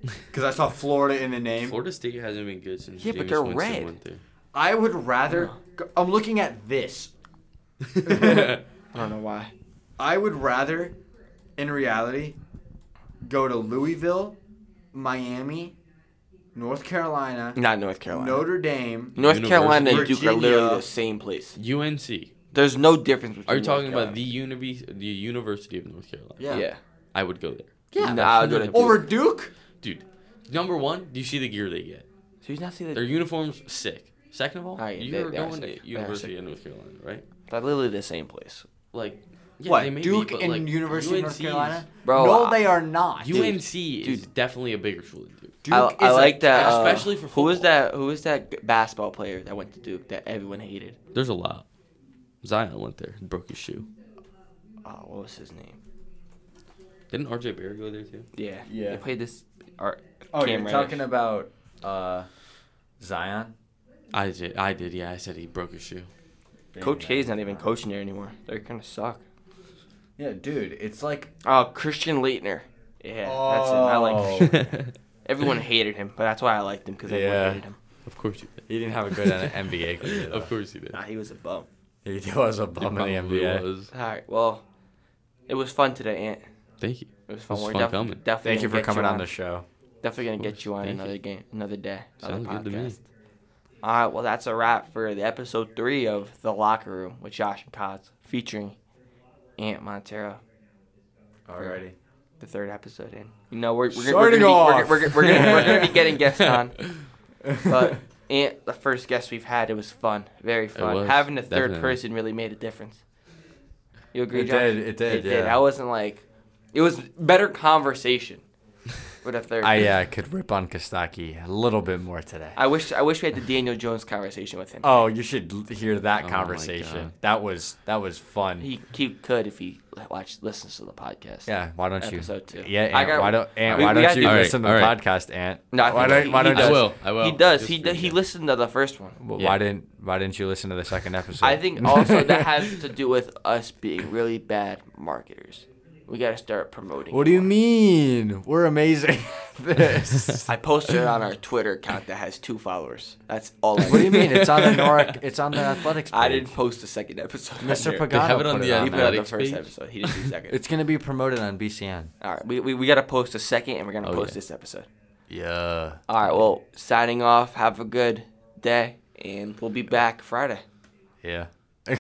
Speaker 2: because I saw Florida in the name.
Speaker 3: Florida State hasn't been good since.
Speaker 1: Yeah, but
Speaker 3: James
Speaker 1: they're
Speaker 3: Winston
Speaker 1: red.
Speaker 3: Went there.
Speaker 2: I would rather. go- I'm looking at this.
Speaker 1: I don't know why.
Speaker 2: I would rather, in reality, go to Louisville, Miami, North Carolina,
Speaker 1: Not North Carolina.
Speaker 2: Notre Dame.
Speaker 1: North Carolina and
Speaker 2: University.
Speaker 1: Duke are literally
Speaker 2: Virginia.
Speaker 1: the same place.
Speaker 3: UNC.
Speaker 1: There's no difference between
Speaker 3: Are you talking
Speaker 1: North
Speaker 3: about the university, the University of North Carolina?
Speaker 2: Yeah.
Speaker 1: Carolina.
Speaker 3: I would go there.
Speaker 1: Yeah.
Speaker 2: Yeah.
Speaker 1: No, I'll go to Duke.
Speaker 2: Over Duke?
Speaker 3: Dude, number one, do you see the gear they get?
Speaker 1: So you not see
Speaker 3: Their
Speaker 1: the
Speaker 3: uniforms sick. Second of all,
Speaker 1: Oh, yeah, they-
Speaker 3: you're
Speaker 1: they are
Speaker 3: going
Speaker 1: sick.
Speaker 3: to
Speaker 1: They are
Speaker 3: University of North Carolina, right?
Speaker 1: they're literally the same place.
Speaker 3: Like, yeah,
Speaker 2: what?
Speaker 3: they may be,
Speaker 2: Duke
Speaker 3: but,
Speaker 2: and
Speaker 3: like,
Speaker 2: University of North
Speaker 3: UNC's
Speaker 2: Carolina?
Speaker 1: Bro,
Speaker 2: no,
Speaker 1: I-
Speaker 2: they are not.
Speaker 3: UNC is
Speaker 1: Dude.
Speaker 3: definitely a bigger school than Duke.
Speaker 2: Duke
Speaker 1: I, I
Speaker 2: is a-
Speaker 1: like that. uh,
Speaker 3: especially for
Speaker 1: who was
Speaker 3: football.
Speaker 1: that? Who was that g- basketball player that went to Duke that everyone hated?
Speaker 3: There's a lot. Zion went there, and broke his shoe.
Speaker 1: Oh, what was his name?
Speaker 3: Didn't RJ Barrett go there too?
Speaker 1: Yeah,
Speaker 2: Yeah.
Speaker 1: They played this. Or,
Speaker 2: Oh,
Speaker 1: Cam
Speaker 2: you're
Speaker 1: Reddish.
Speaker 2: talking about uh, Zion.
Speaker 3: I did. I did. Yeah, I said he broke his shoe.
Speaker 1: Coach K's not even coaching there anymore. They're kind of suck.
Speaker 2: Yeah, dude, it's like
Speaker 1: Oh, Christian Leitner. Yeah, that's him. I like.
Speaker 2: Oh.
Speaker 3: of
Speaker 1: Everyone hated him, but that's why I liked him because everyone
Speaker 2: Yeah.
Speaker 1: hated him.
Speaker 3: course you did.
Speaker 2: he didn't have a good NBA career.
Speaker 3: Of course you did.
Speaker 1: Nah, he was a bum.
Speaker 2: He was a bum
Speaker 3: It
Speaker 2: in the
Speaker 3: probably
Speaker 2: NBA.
Speaker 3: was.
Speaker 1: All right, well, it was fun today, Ant.
Speaker 3: Thank you.
Speaker 1: It was fun.
Speaker 3: It was
Speaker 1: We're
Speaker 3: fun
Speaker 1: def-
Speaker 3: coming.
Speaker 1: Definitely
Speaker 2: Thank you
Speaker 1: gonna
Speaker 2: for
Speaker 1: get
Speaker 2: coming on
Speaker 1: on.
Speaker 2: the show.
Speaker 1: Definitely gonna
Speaker 3: Of
Speaker 1: get you on
Speaker 3: course. Thank
Speaker 1: another
Speaker 3: you.
Speaker 1: game, another day.
Speaker 3: Sounds
Speaker 1: another
Speaker 3: good to me.
Speaker 1: podcast. All right, well, that's a wrap for the episode three of the locker room with Josh and Cods, featuring Ant Montero.
Speaker 2: Alrighty.
Speaker 1: The third episode in. You know, we're we're, we're,
Speaker 2: Starting
Speaker 1: gonna,
Speaker 2: off.
Speaker 1: be, we're, gonna- we're, gonna, we're gonna be getting guests on, but Ant, the first guest we've had, it was fun, very fun.
Speaker 3: was,
Speaker 1: Having a third
Speaker 3: definitely.
Speaker 1: person really made a difference. You agree,
Speaker 2: It
Speaker 1: Josh?
Speaker 2: did, it did, yeah.
Speaker 1: I wasn't like, it was better conversation with a third.
Speaker 2: I
Speaker 1: person.
Speaker 2: uh, could rip on Kostaki a little bit more today.
Speaker 1: I wish I wish we had the Daniel Jones conversation with him.
Speaker 2: Oh, you should l- hear that
Speaker 3: Oh my
Speaker 2: conversation.
Speaker 3: God.
Speaker 2: that was that was fun.
Speaker 1: He, he could if he watch listens to the podcast.
Speaker 2: yeah, why don't you?
Speaker 1: Episode two.
Speaker 2: Yeah,
Speaker 1: I
Speaker 2: Ant,
Speaker 1: got-
Speaker 2: why don't Ant,
Speaker 1: we-
Speaker 2: why
Speaker 1: we
Speaker 2: don't
Speaker 1: gotta
Speaker 2: you
Speaker 1: do-
Speaker 2: listen to the
Speaker 3: Alright,
Speaker 2: podcast, Ant?
Speaker 1: No, I
Speaker 2: why
Speaker 1: think
Speaker 2: don't
Speaker 1: he-
Speaker 2: why don't
Speaker 1: he
Speaker 3: I
Speaker 1: does.
Speaker 3: will. I will.
Speaker 1: he does.
Speaker 3: Just
Speaker 1: He
Speaker 3: for
Speaker 1: do,
Speaker 3: you
Speaker 1: he
Speaker 3: guys.
Speaker 1: listened to the first one.
Speaker 2: Well,
Speaker 3: Yeah.
Speaker 2: Why didn't why didn't you listen to the second episode?
Speaker 1: I think also that has to do with us being really bad marketers. We got to start promoting.
Speaker 2: What do you
Speaker 1: more.
Speaker 2: mean? We're amazing. at this.
Speaker 1: I posted it on our Twitter account that has two followers. That's all. I
Speaker 2: what do you mean? It's on the Noric. It's on the athletics. Page.
Speaker 1: I didn't post the second episode. on
Speaker 2: Mr.
Speaker 1: there.
Speaker 2: Pagano.
Speaker 3: They have it on
Speaker 2: put
Speaker 3: the
Speaker 1: He put out the
Speaker 3: Athletics
Speaker 1: first
Speaker 3: page?
Speaker 1: episode. He didn't do the second.
Speaker 2: It's gonna be promoted on BCN.
Speaker 1: all right, we, we, we got to post a second, and we're gonna
Speaker 3: Oh,
Speaker 1: post
Speaker 3: yeah.
Speaker 1: this episode.
Speaker 2: Yeah.
Speaker 1: All right, well, signing off. Have a good day, and we'll be back Friday.
Speaker 2: Yeah.